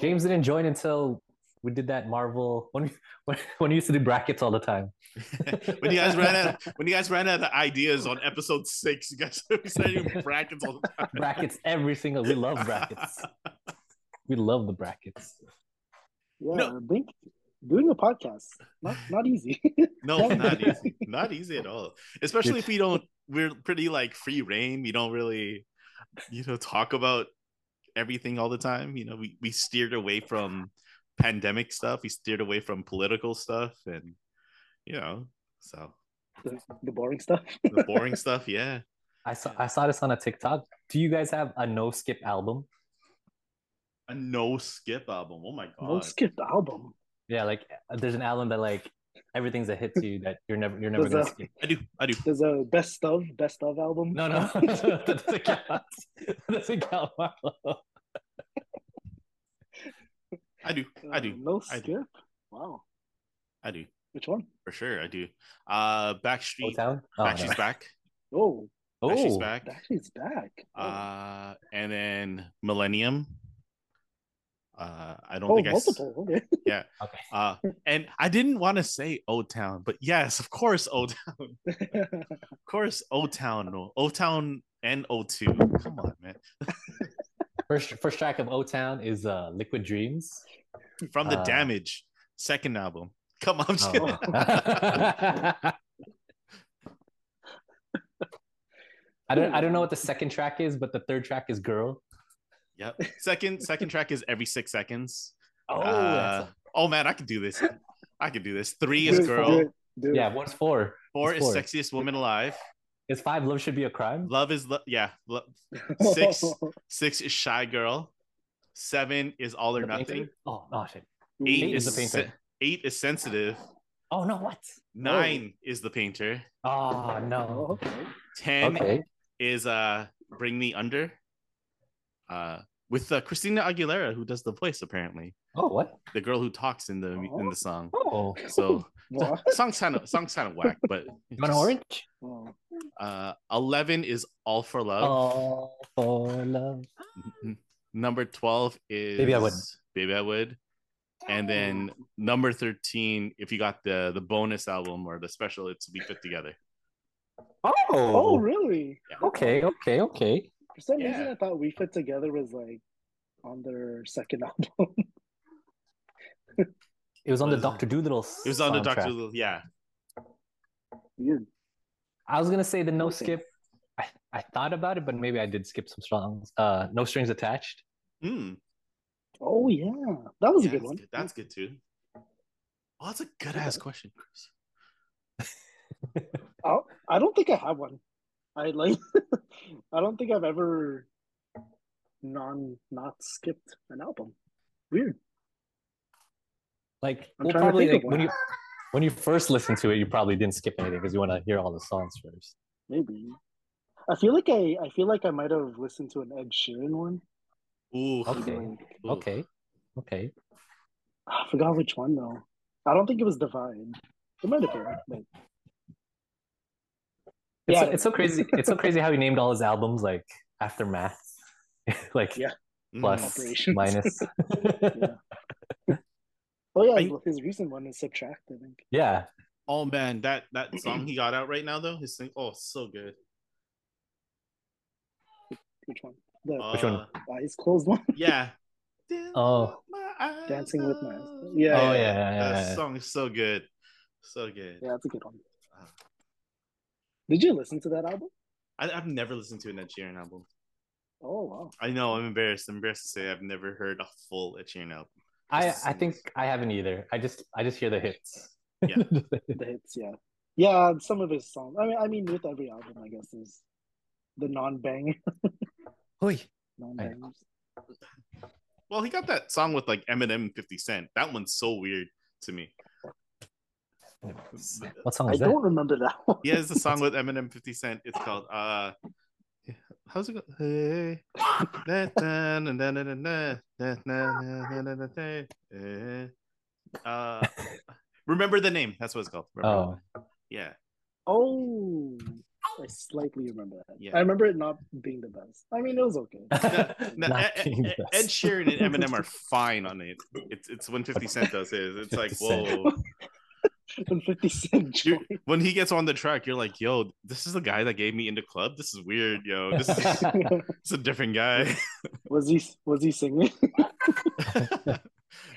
Speaker 2: James didn't join until we did that Marvel when we, when, when we used to do brackets all the time.
Speaker 1: [laughs] when you guys ran
Speaker 3: [laughs]
Speaker 1: out when you guys ran out of ideas on episode six, you guys [laughs] started
Speaker 3: [laughs]
Speaker 1: doing brackets all the time.
Speaker 2: [laughs] brackets every single we
Speaker 1: [laughs]
Speaker 2: love brackets. we love the brackets.
Speaker 3: Yeah,
Speaker 1: No.
Speaker 3: I think doing a podcast not not easy. [laughs]
Speaker 1: No, not easy. Not easy at all. Especially if we don't we're pretty like free reign. We don't really, you know, talk about everything all the time. You know, we, we steered away from pandemic stuff, we steered away from political stuff and you know, so
Speaker 3: the, the boring stuff.
Speaker 1: the
Speaker 3: [laughs]
Speaker 1: boring stuff, yeah.
Speaker 2: I saw I saw this on a TikTok. Do you guys have a no skip album?
Speaker 1: A no skip album. Oh my god.
Speaker 3: No skipped album.
Speaker 2: Yeah, like uh, there's an album that like everything's a hit to you that you're never you're never
Speaker 3: Does
Speaker 2: gonna
Speaker 3: that-
Speaker 2: skip.
Speaker 1: I do, I do.
Speaker 3: There's a best of best of album.
Speaker 2: No,
Speaker 3: [laughs]
Speaker 2: no, [laughs] that doesn't count. That doesn't count, Marlo.
Speaker 1: I do. I do.
Speaker 3: Uh, No
Speaker 1: I
Speaker 3: skip.
Speaker 1: do.
Speaker 3: Wow,
Speaker 1: I do.
Speaker 3: which one?
Speaker 1: For sure, I do. Uh Backstreet
Speaker 2: Old Town? Oh,
Speaker 1: Back,
Speaker 2: no.
Speaker 1: she's back.
Speaker 3: Oh,
Speaker 1: Back, she's
Speaker 2: Oh,
Speaker 1: back.
Speaker 3: Backstreet's back. Oh,
Speaker 1: Uh, and then Millennium. Uh, I don't
Speaker 3: oh
Speaker 1: think I s-
Speaker 3: multiple. Okay.
Speaker 2: okay.
Speaker 1: uh, and I didn't want to say Old Town, but yes, of course, Old Town, [laughs] of course, Old Town, Old Town, and O2. Come on, man.
Speaker 2: First first track of O Town is uh, Liquid Dreams.
Speaker 1: From the
Speaker 2: Uh, Oh.
Speaker 1: Damage, second album. Come on, I'm just kidding.
Speaker 2: I don't I don't know what the second track is, but the third track is Girl.
Speaker 1: Yep. [laughs] Second, second track is every six seconds.
Speaker 2: Oh,
Speaker 1: Uh,
Speaker 2: that's
Speaker 1: oh man, I could do this. I could do this. Three
Speaker 3: Do
Speaker 1: is
Speaker 3: it,
Speaker 1: girl.
Speaker 3: do it, do
Speaker 2: a-
Speaker 3: it. [laughs]
Speaker 2: yeah, one's four.
Speaker 1: Four
Speaker 2: it's
Speaker 1: is
Speaker 2: four.
Speaker 1: sexiest woman alive.
Speaker 2: It's five. Love should be a crime.
Speaker 1: Love is lo- yeah. Lo-
Speaker 3: Oh,
Speaker 1: Six. Six is Shy Girl. Seven is All or
Speaker 2: The
Speaker 1: Nothing.
Speaker 2: Painter? Oh no shit.
Speaker 1: Eight,
Speaker 2: Eight
Speaker 1: is,
Speaker 2: is the
Speaker 1: sen-
Speaker 2: painter.
Speaker 1: eight is sensitive.
Speaker 2: Oh no, what?
Speaker 1: Nine is the painter.
Speaker 2: Oh
Speaker 3: Oh,
Speaker 2: no.
Speaker 3: okay.
Speaker 1: Ten
Speaker 2: Okay.
Speaker 1: is uh Bring Me Under. Uh with uh, Christina Aguilera, who does the voice apparently,
Speaker 2: Oh what?
Speaker 1: the girl who talks in the in the song.
Speaker 2: Oh.
Speaker 1: [laughs]
Speaker 3: [laughs]
Speaker 1: So
Speaker 3: What?
Speaker 1: song's kind of song's kind of
Speaker 2: [laughs]
Speaker 1: whack, but
Speaker 2: You want an orange?
Speaker 3: Oh,
Speaker 1: uh, eleven is All for Love.
Speaker 2: Oh, for love.
Speaker 1: N- Number twelve is
Speaker 2: Oh. I Would.
Speaker 1: Baby I Would. and then number 13 if you got the the bonus album or the special it's we put together
Speaker 2: Oh.
Speaker 3: oh, really?
Speaker 2: Okay. Okay. Okay.
Speaker 3: For some
Speaker 1: Yeah.
Speaker 3: reason, I thought We Fit Together was like on their second [laughs] album.
Speaker 2: It was on the
Speaker 1: Was it-
Speaker 2: Doctor Doolittle.
Speaker 1: it was on the
Speaker 2: soundtrack.
Speaker 1: doctor yeah
Speaker 3: Weird.
Speaker 2: I was gonna say the no
Speaker 3: Okay.
Speaker 2: skip. I, I thought about it, but maybe I did skip some songs. Uh, no strings attached.
Speaker 1: mm,
Speaker 3: Oh yeah, that was
Speaker 1: yeah,
Speaker 3: a good
Speaker 1: that's
Speaker 3: one.
Speaker 1: that's good too oh that's a good ass question chris
Speaker 3: I, I don't think I have one. I like. [laughs] I don't think I've ever non not skipped an album. Weird.
Speaker 2: Like
Speaker 3: I'm
Speaker 2: well,
Speaker 3: trying to
Speaker 2: probably like,
Speaker 3: think of
Speaker 2: when
Speaker 3: one.
Speaker 2: you when you first listen to it, you probably didn't skip anything because you want to hear all the songs first.
Speaker 3: Maybe. I feel like I. I feel like I might have listened to an Ed Sheeran one.
Speaker 1: Ooh,
Speaker 2: Okay.
Speaker 3: Like, [sighs]
Speaker 1: ooh.
Speaker 2: Okay, okay.
Speaker 3: I forgot which one though. I don't think it was Divine. It might have been. Like,
Speaker 2: It's,
Speaker 3: Yeah.
Speaker 2: so, it's so crazy. It's so crazy how he named all his albums like aftermath, [laughs] like
Speaker 3: Yeah.
Speaker 1: Mm.
Speaker 2: plus,
Speaker 3: Operations.
Speaker 2: minus.
Speaker 3: [laughs] [laughs]
Speaker 2: [laughs]
Speaker 3: oh yeah,
Speaker 1: Are you-
Speaker 3: his recent one is Subtract. I think.
Speaker 2: yeah,
Speaker 1: oh
Speaker 3: [clears throat]
Speaker 1: man that that song he got out right now though his thing oh it's so good
Speaker 3: Which one? The
Speaker 1: Uh,
Speaker 2: Which one?
Speaker 3: eyes closed one. [laughs]
Speaker 1: Yeah.
Speaker 2: Oh.
Speaker 1: My eyes
Speaker 3: Dancing with my-
Speaker 1: are-
Speaker 3: yeah,
Speaker 2: Oh, yeah, yeah, yeah,
Speaker 1: That
Speaker 2: yeah.
Speaker 1: song is so good. So good.
Speaker 3: Yeah, that's a good one.
Speaker 1: Ah.
Speaker 3: Did you listen to that album?
Speaker 1: I, I've never listened to an Ed Sheeran album.
Speaker 3: Oh wow.
Speaker 1: I know I'm embarrassed. I'm embarrassed to say I've never heard a full Ed Sheeran album.
Speaker 2: I,
Speaker 1: Just
Speaker 2: I
Speaker 1: singles.
Speaker 2: think I haven't either. I just I just hear the hits. [laughs]
Speaker 1: Yeah.
Speaker 3: The hits, yeah. Yeah, some of his songs. I mean I mean with every album I guess there's the non banger [laughs]
Speaker 2: Oy.
Speaker 3: non bangers.
Speaker 1: Well, he got that song with like Eminem and 50 Cent. That one's so weird to me.
Speaker 2: What song
Speaker 3: I
Speaker 2: is that?
Speaker 3: don't remember that [laughs] one.
Speaker 1: He has a song with Eminem 50 Cent. It's called uh how's it go?
Speaker 2: [laughs]
Speaker 1: Hey. na, na, na, na, na, na, na, na, na, na, na, na, na, eh. Uh Remember the name. That's what it's called. Remember.
Speaker 2: Oh,
Speaker 1: Yeah.
Speaker 3: Oh I slightly remember that.
Speaker 1: Yeah.
Speaker 3: I remember it not being the best. I mean it was okay.
Speaker 1: [laughs]
Speaker 2: [laughs]
Speaker 1: No, no,
Speaker 2: Not
Speaker 3: e,
Speaker 1: Ed,
Speaker 2: being
Speaker 1: Ed-
Speaker 2: the
Speaker 1: Ed
Speaker 2: best.
Speaker 1: Sheeran and Eminem
Speaker 2: [laughs]
Speaker 1: are fine on it. It's it's when 50 Cent does his. It's like,
Speaker 2: 50 Cent.
Speaker 1: whoa.
Speaker 3: When fifty cent
Speaker 1: You're,
Speaker 3: joined. [laughs]
Speaker 1: when he gets on the track, you're like, yo, this is the guy that gave me into club. This is weird, yo.
Speaker 2: [laughs]
Speaker 1: This is it's a different guy. [laughs]
Speaker 3: was he was he singing?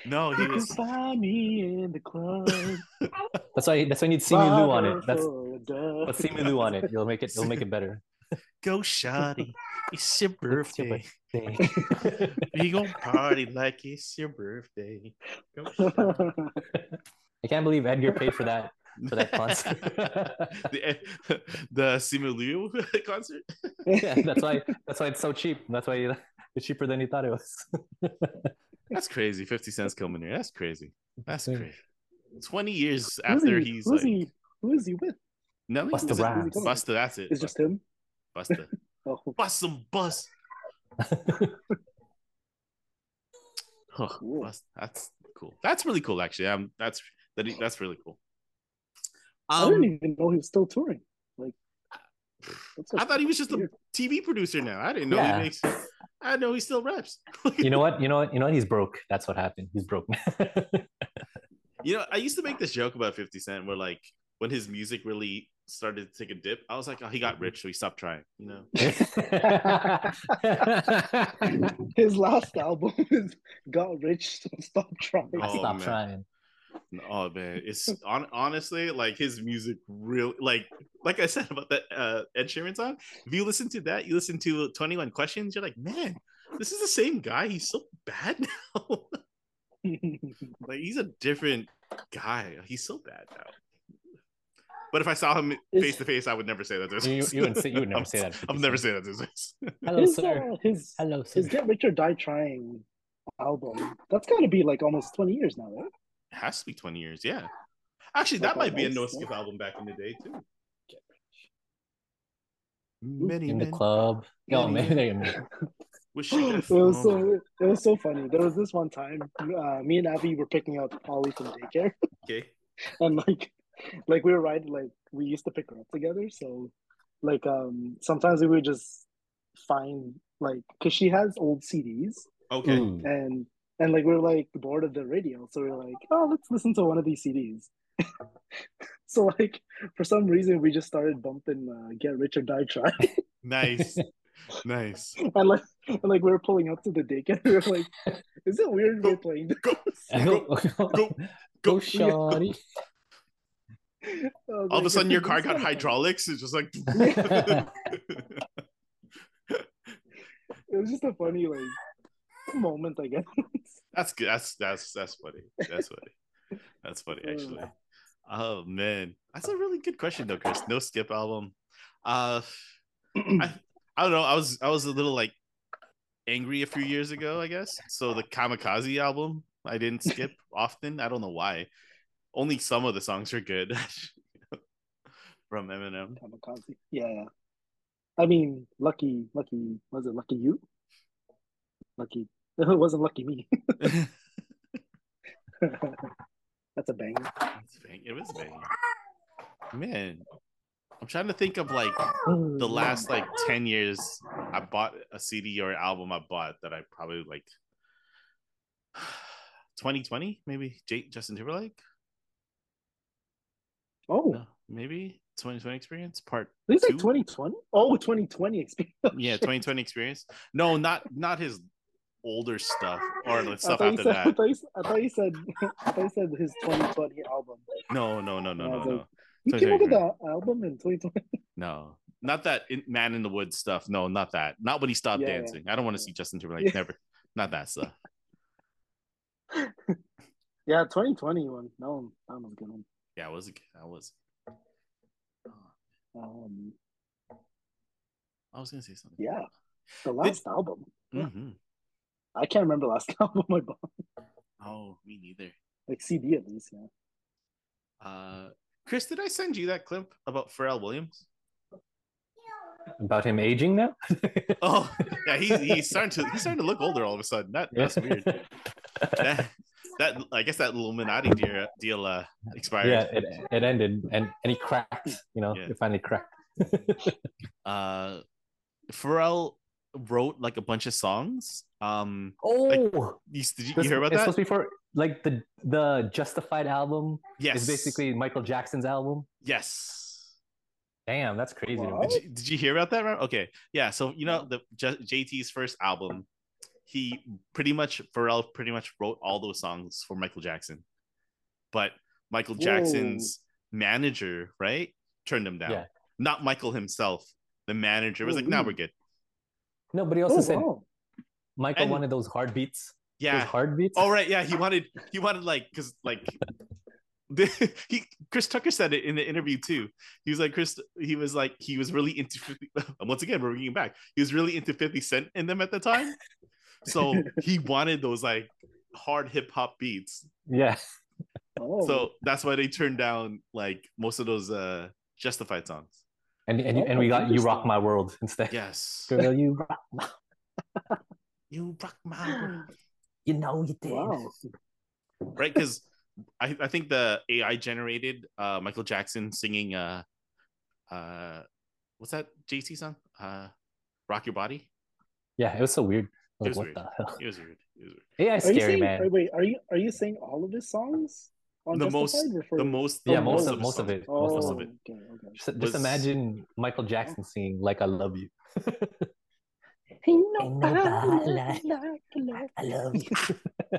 Speaker 1: no, he
Speaker 3: You can
Speaker 1: was
Speaker 3: [laughs] find me in the club.
Speaker 2: that's why that's why you need Simi Lou on
Speaker 3: Bottle
Speaker 2: it. That's
Speaker 3: for a dove.
Speaker 2: but
Speaker 3: [laughs]
Speaker 2: Simi Lou on it. You'll make it. You'll make it better.
Speaker 1: go shawty. It's your
Speaker 2: It's your
Speaker 1: birthday.
Speaker 2: [laughs] birthday.
Speaker 1: We gon' party like it's your birthday. Go shawty.
Speaker 2: I can't believe Edgar paid for that for that
Speaker 1: [laughs]
Speaker 2: concert. [laughs]
Speaker 1: the [laughs] the Simu Liu [laughs] concert.
Speaker 2: yeah, that's why that's why it's so cheap. That's why it's cheaper than he thought it was.
Speaker 1: That's crazy. Fifty Cent's killing here. That's crazy.
Speaker 2: [laughs]
Speaker 1: That's
Speaker 2: Insane.
Speaker 1: crazy. Twenty years
Speaker 3: Who's
Speaker 1: after
Speaker 3: he,
Speaker 1: he's
Speaker 3: who's
Speaker 1: like
Speaker 3: he who is he with?
Speaker 1: no,
Speaker 2: Busta
Speaker 1: was it-
Speaker 2: Rhymes.
Speaker 1: was it Busta, that's it.
Speaker 3: It's just him.
Speaker 1: Busta.
Speaker 3: Oh,
Speaker 1: Bust some bus. Huh,
Speaker 3: Cool.
Speaker 1: that's, that's cool. That's really cool, actually. Um, that's that, that's really cool.
Speaker 3: I didn't
Speaker 1: Um,
Speaker 3: even know he was still touring. Like, that's
Speaker 1: I thought he was just a
Speaker 3: weird.
Speaker 1: TV producer now. I didn't know
Speaker 2: Yeah.
Speaker 1: he makes. I know he still raps. [laughs]
Speaker 2: you know what? You know what? You know what? He's broke. That's what happened. He's broke. [laughs]
Speaker 1: You know, I used to make this joke about Fifty Cent, where like when his music really started to take a dip, I was like, oh, he got rich, so he stopped trying. You know,
Speaker 2: Stop
Speaker 3: his last [laughs] album is Got Rich, so Stop Trying.
Speaker 1: Oh,
Speaker 3: [laughs]
Speaker 1: man.
Speaker 2: trying.
Speaker 1: oh man, it's on honestly like his music really like like I said about that uh, Ed Sheeran song. If you listen to that, you listen to Twenty One Questions, you're like, man, this is the same guy. He's so bad [laughs] now. Like he's a different guy. He's so bad now. But if I saw him
Speaker 3: Is-
Speaker 1: face to face, I would never say that to his
Speaker 2: You,
Speaker 1: face.
Speaker 2: you, would say,
Speaker 1: [laughs]
Speaker 2: you would never
Speaker 1: I'm-
Speaker 2: say that.
Speaker 1: I've never said that to his face.
Speaker 2: Hello,
Speaker 3: his,
Speaker 2: sir.
Speaker 3: uh, his,
Speaker 2: Hello,
Speaker 3: his
Speaker 2: sir.
Speaker 3: Get Rich or Die Trying album, that's got to be like almost 20 years now, right?
Speaker 1: Has to be 20 years, yeah. Actually, that
Speaker 3: Okay,
Speaker 1: might be a
Speaker 3: nice,
Speaker 1: no
Speaker 3: yeah.
Speaker 1: skip album back in the day too.
Speaker 2: In the
Speaker 1: men
Speaker 2: club.
Speaker 1: Yeah,
Speaker 2: Oh, man, there you go.
Speaker 1: wish
Speaker 2: [gasps]
Speaker 1: you
Speaker 3: it
Speaker 1: could-
Speaker 3: was
Speaker 1: oh,
Speaker 3: so it was so funny. There was this one time, uh, me and Abby were picking up Ollie from daycare, [laughs]
Speaker 1: okay.
Speaker 3: and like, like we were riding, like we used to pick her up together. So, like, um, sometimes we would just find like, cause she has old CDs,
Speaker 1: Okay.
Speaker 2: [laughs] Ooh.
Speaker 3: and and like we were like bored of the radio, so we were like, oh, let's listen to one of these CDs. [laughs] so like, for some reason, we just started bumping uh, "Get Rich or Die Trying." [laughs]
Speaker 2: [laughs]
Speaker 1: Nice. nice.
Speaker 3: and like and like we were pulling up to the daycare, [laughs] we were like, "Is it weird we're playing this?" [laughs]
Speaker 1: Go,
Speaker 2: Go,
Speaker 1: go, go,
Speaker 2: go, go,
Speaker 1: go.
Speaker 2: shawty.
Speaker 3: I was
Speaker 1: All of a
Speaker 3: like,
Speaker 1: sudden, your
Speaker 3: [laughs] "This
Speaker 1: car
Speaker 2: [laughs]
Speaker 3: is
Speaker 1: got
Speaker 3: kinda funny."
Speaker 1: hydraulics. It's just like
Speaker 3: It was just a funny like moment, I guess. [laughs]
Speaker 1: That's good. That's that's that's funny. That's funny. That's funny
Speaker 3: Mm.
Speaker 1: actually. Oh man, that's a really good question though, Chris. No skip album. Uh, I I don't know. I was I was a little like angry a few years ago, I guess. So the Kamikaze album, I didn't skip often. I don't know why. Only some of the songs are good [laughs] from
Speaker 3: [laughs]
Speaker 1: Eminem.
Speaker 3: Kamikaze. Yeah, yeah. I mean, lucky, lucky. Was it lucky you? Lucky. [laughs] It wasn't lucky me. [laughs] That's a banger.
Speaker 1: It's bang- It was banging. Man, I'm trying to think of like the
Speaker 3: Oh,
Speaker 1: last like 10 years i bought a cd or album i bought that i probably like [sighs] 2020 maybe J- justin timberlake
Speaker 3: Oh,
Speaker 1: no, maybe 2020 experience part
Speaker 3: This is
Speaker 1: two?
Speaker 3: like 2020? Oh, 2020 experience.
Speaker 1: yeah 2020 experience no not not his older stuff or the
Speaker 3: I
Speaker 1: stuff
Speaker 3: thought, you
Speaker 1: after
Speaker 3: said, I,
Speaker 1: that
Speaker 3: thought you, I thought you said [laughs] I thought you said his 2020 album.
Speaker 1: no no no no
Speaker 3: I
Speaker 1: no
Speaker 3: was
Speaker 1: no
Speaker 3: [laughs] like, You
Speaker 1: So
Speaker 3: came up
Speaker 1: sorry,
Speaker 3: with the album in 2020.
Speaker 1: no not that in, man in the woods stuff no not that not when he stopped
Speaker 3: Yeah, yeah.
Speaker 1: dancing i don't want to see justin timberlake
Speaker 3: Yeah.
Speaker 1: never not
Speaker 3: [laughs]
Speaker 1: that stuff
Speaker 3: Yeah, 2020 one. No, one- that one was a good one.
Speaker 1: yeah it was a good- i was
Speaker 3: Um,
Speaker 1: i was gonna say something
Speaker 3: yeah, the last album.
Speaker 1: Mhm.
Speaker 3: I can't remember the last [laughs] album I bought.
Speaker 1: oh me neither
Speaker 3: Like CD at least. Yeah.
Speaker 1: uh chris did i send you that clip about pharrell
Speaker 2: [laughs]
Speaker 1: williams
Speaker 2: [laughs] About him aging now?
Speaker 1: oh yeah he, he's starting to he's starting to look older all of a sudden that, that's
Speaker 2: [laughs]
Speaker 1: weird that, that I guess that Illuminati deal, deal uh, expired.
Speaker 2: yeah, it, it ended and, and he cracked, you know,
Speaker 1: Yeah.
Speaker 2: it finally cracked.
Speaker 1: Uh, Pharrell wrote like a bunch of songs. Um,
Speaker 2: Oh,
Speaker 1: you, did you,
Speaker 2: This-
Speaker 1: you hear about
Speaker 2: it's
Speaker 1: that?
Speaker 2: supposed to be for like the the Justified album
Speaker 1: yes,
Speaker 2: is basically Michael Jackson's album.
Speaker 1: yes.
Speaker 2: Damn, that's crazy. to me.
Speaker 3: Wow.
Speaker 1: Did you, did you hear about that? Ram? Okay, yeah. So you know the J- JT's first album, he pretty much Pharrell pretty much wrote all those songs for Michael Jackson, but Michael
Speaker 3: Whoa.
Speaker 1: Jackson's manager right turned him down.
Speaker 2: Yeah.
Speaker 1: Not Michael himself. The manager was like, "Now
Speaker 3: Holy.
Speaker 1: we're good."
Speaker 2: No, but he also
Speaker 3: Oh,
Speaker 2: said
Speaker 3: wow.
Speaker 2: Michael
Speaker 1: And-
Speaker 2: wanted those hard beats. Those
Speaker 1: Yeah,
Speaker 2: hard beats.
Speaker 1: Oh right, yeah. He wanted he wanted like because like the, [laughs] he Chris Tucker said it in the interview too. He was like Chris. He was like he was really into 50, and [laughs] once again we're bringing it back. He was really into Fifty Cent in them at the time, so he wanted those like hard hip hop beats.
Speaker 2: Yeah.
Speaker 3: Oh,
Speaker 2: [gasps]
Speaker 1: So that's why they turned down like most of those uh Justified songs.
Speaker 2: And and, and we got you rock my world instead.
Speaker 1: Yes,
Speaker 2: Girl, you rock my,
Speaker 1: you rock my world.
Speaker 2: you know you did.
Speaker 3: wow.
Speaker 1: right because I, I think the ai generated uh michael jackson singing uh uh what's that jc song uh rock your body
Speaker 2: Yeah, it was so weird. I was
Speaker 1: It
Speaker 2: like,
Speaker 1: was
Speaker 2: what the hell? [laughs]
Speaker 1: it was weird, it was weird.
Speaker 2: AI is
Speaker 3: Are you
Speaker 2: scary,
Speaker 3: saying?
Speaker 2: man.
Speaker 3: Wait, are you are you saying all of his songs? On
Speaker 1: the most
Speaker 3: Justified or for-
Speaker 1: the most
Speaker 2: Yeah,
Speaker 1: the
Speaker 2: most
Speaker 1: his
Speaker 2: of most of
Speaker 1: songs.
Speaker 2: it.
Speaker 3: Oh,
Speaker 2: Most
Speaker 1: of
Speaker 2: of
Speaker 1: it.
Speaker 2: it.
Speaker 3: okay, okay.
Speaker 2: Just,
Speaker 1: was-
Speaker 2: just imagine Michael Jackson singing "Like I Love You."
Speaker 3: Ain't
Speaker 2: nobody
Speaker 3: nobody
Speaker 2: like-
Speaker 3: like love.
Speaker 2: I love you.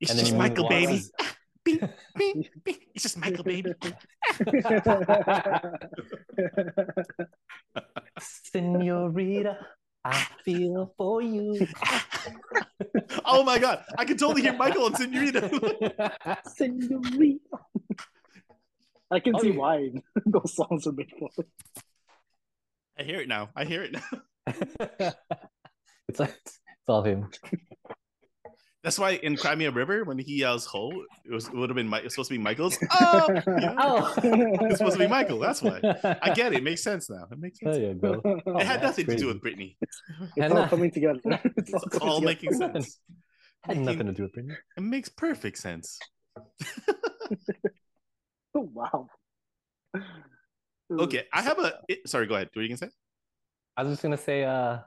Speaker 1: it's
Speaker 2: And then
Speaker 1: just
Speaker 2: he
Speaker 1: michael
Speaker 2: moonwalks.
Speaker 1: baby
Speaker 2: [laughs]
Speaker 1: beep, beep, beep. it's just michael Ah, [laughs] baby
Speaker 2: Senorita, I feel for you.
Speaker 1: oh my god i can totally hear michael and senorita [laughs]
Speaker 2: yeah,
Speaker 3: Senorita. I can
Speaker 2: Oh,
Speaker 3: see
Speaker 2: yeah.
Speaker 3: why [laughs] those songs are made for.
Speaker 1: i hear it now i hear it now
Speaker 2: [laughs] it's like it's all him.
Speaker 1: that's why in crimea river when he yells ho it was it would have been Mi- it was supposed to be
Speaker 2: [laughs]
Speaker 1: michael's oh yeah.
Speaker 2: Oh,
Speaker 1: it's supposed to be michael that's why I
Speaker 2: I
Speaker 1: get it. Makes sense now. It makes sense.
Speaker 2: There
Speaker 1: [laughs]
Speaker 2: you go.
Speaker 1: it had
Speaker 2: that's
Speaker 1: nothing to
Speaker 2: Oh, crazy.
Speaker 1: do with Britney.
Speaker 3: It's
Speaker 2: And
Speaker 3: all
Speaker 2: I-
Speaker 3: coming together. It's all,
Speaker 1: It's
Speaker 3: coming
Speaker 1: all
Speaker 3: together.
Speaker 1: making
Speaker 2: Nothing.
Speaker 1: sense.
Speaker 2: Had nothing to do with Britney.
Speaker 1: It makes perfect sense.
Speaker 3: [laughs] Wow.
Speaker 1: Okay, I have a. it- sorry, go ahead. What are you gonna say?
Speaker 2: I was just gonna say, uh,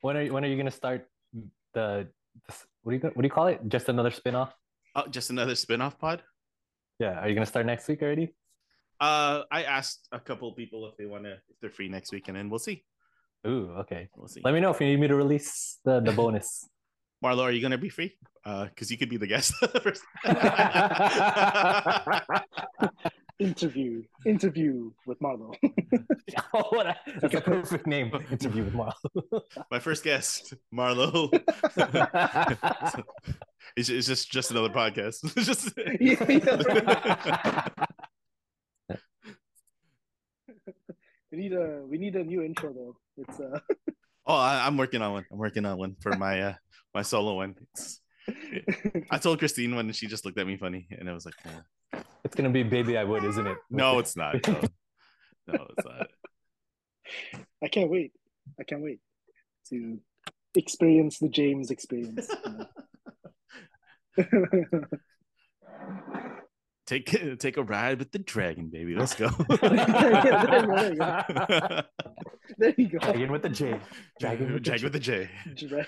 Speaker 2: when are you, when are you gonna start the, this- what do you what do you call it? Just another spin-off?
Speaker 1: Oh, just another spin-off pod.
Speaker 2: Yeah, are you gonna start next week already?
Speaker 1: Uh, I asked a couple people if they wanna if they're free next weekend, and we'll see.
Speaker 2: Ooh, okay.
Speaker 1: We'll see.
Speaker 2: Let me know if you need me to release the the [laughs] bonus.
Speaker 1: Marlo, are you gonna be free? Uh, because you could be the guest. [laughs]
Speaker 2: [laughs]
Speaker 1: first.
Speaker 3: Interview. Interview with
Speaker 1: [laughs]
Speaker 3: Marlo. [laughs]
Speaker 2: Oh, what a, that's a perfect name. Interview with Marl.
Speaker 1: My first guest, Marlo.
Speaker 2: [laughs]
Speaker 1: it's, it's just just another podcast. [laughs] It's just.
Speaker 3: yeah, yeah. We need a we need a new intro though. It's uh
Speaker 1: Oh, I, I'm working on one. I'm working on one for my uh my solo one. It's-
Speaker 3: uh,
Speaker 1: I told Christine one, and she just looked at me funny, and I was like, "Uh,
Speaker 2: it's gonna be "Baby I Would," isn't it?
Speaker 1: "No,
Speaker 2: [laughs]
Speaker 1: it's not. No, no it's not."
Speaker 3: I can't wait. I can't wait to experience the James
Speaker 1: [laughs]
Speaker 3: experience. [laughs] you know.
Speaker 1: Take [laughs] take a ride with the dragon, baby. Let's
Speaker 2: [laughs]
Speaker 1: go. [laughs]
Speaker 3: there you go.
Speaker 2: Dragon with the J. Dragon with the
Speaker 1: Dragon with the J. [laughs]
Speaker 3: Dra-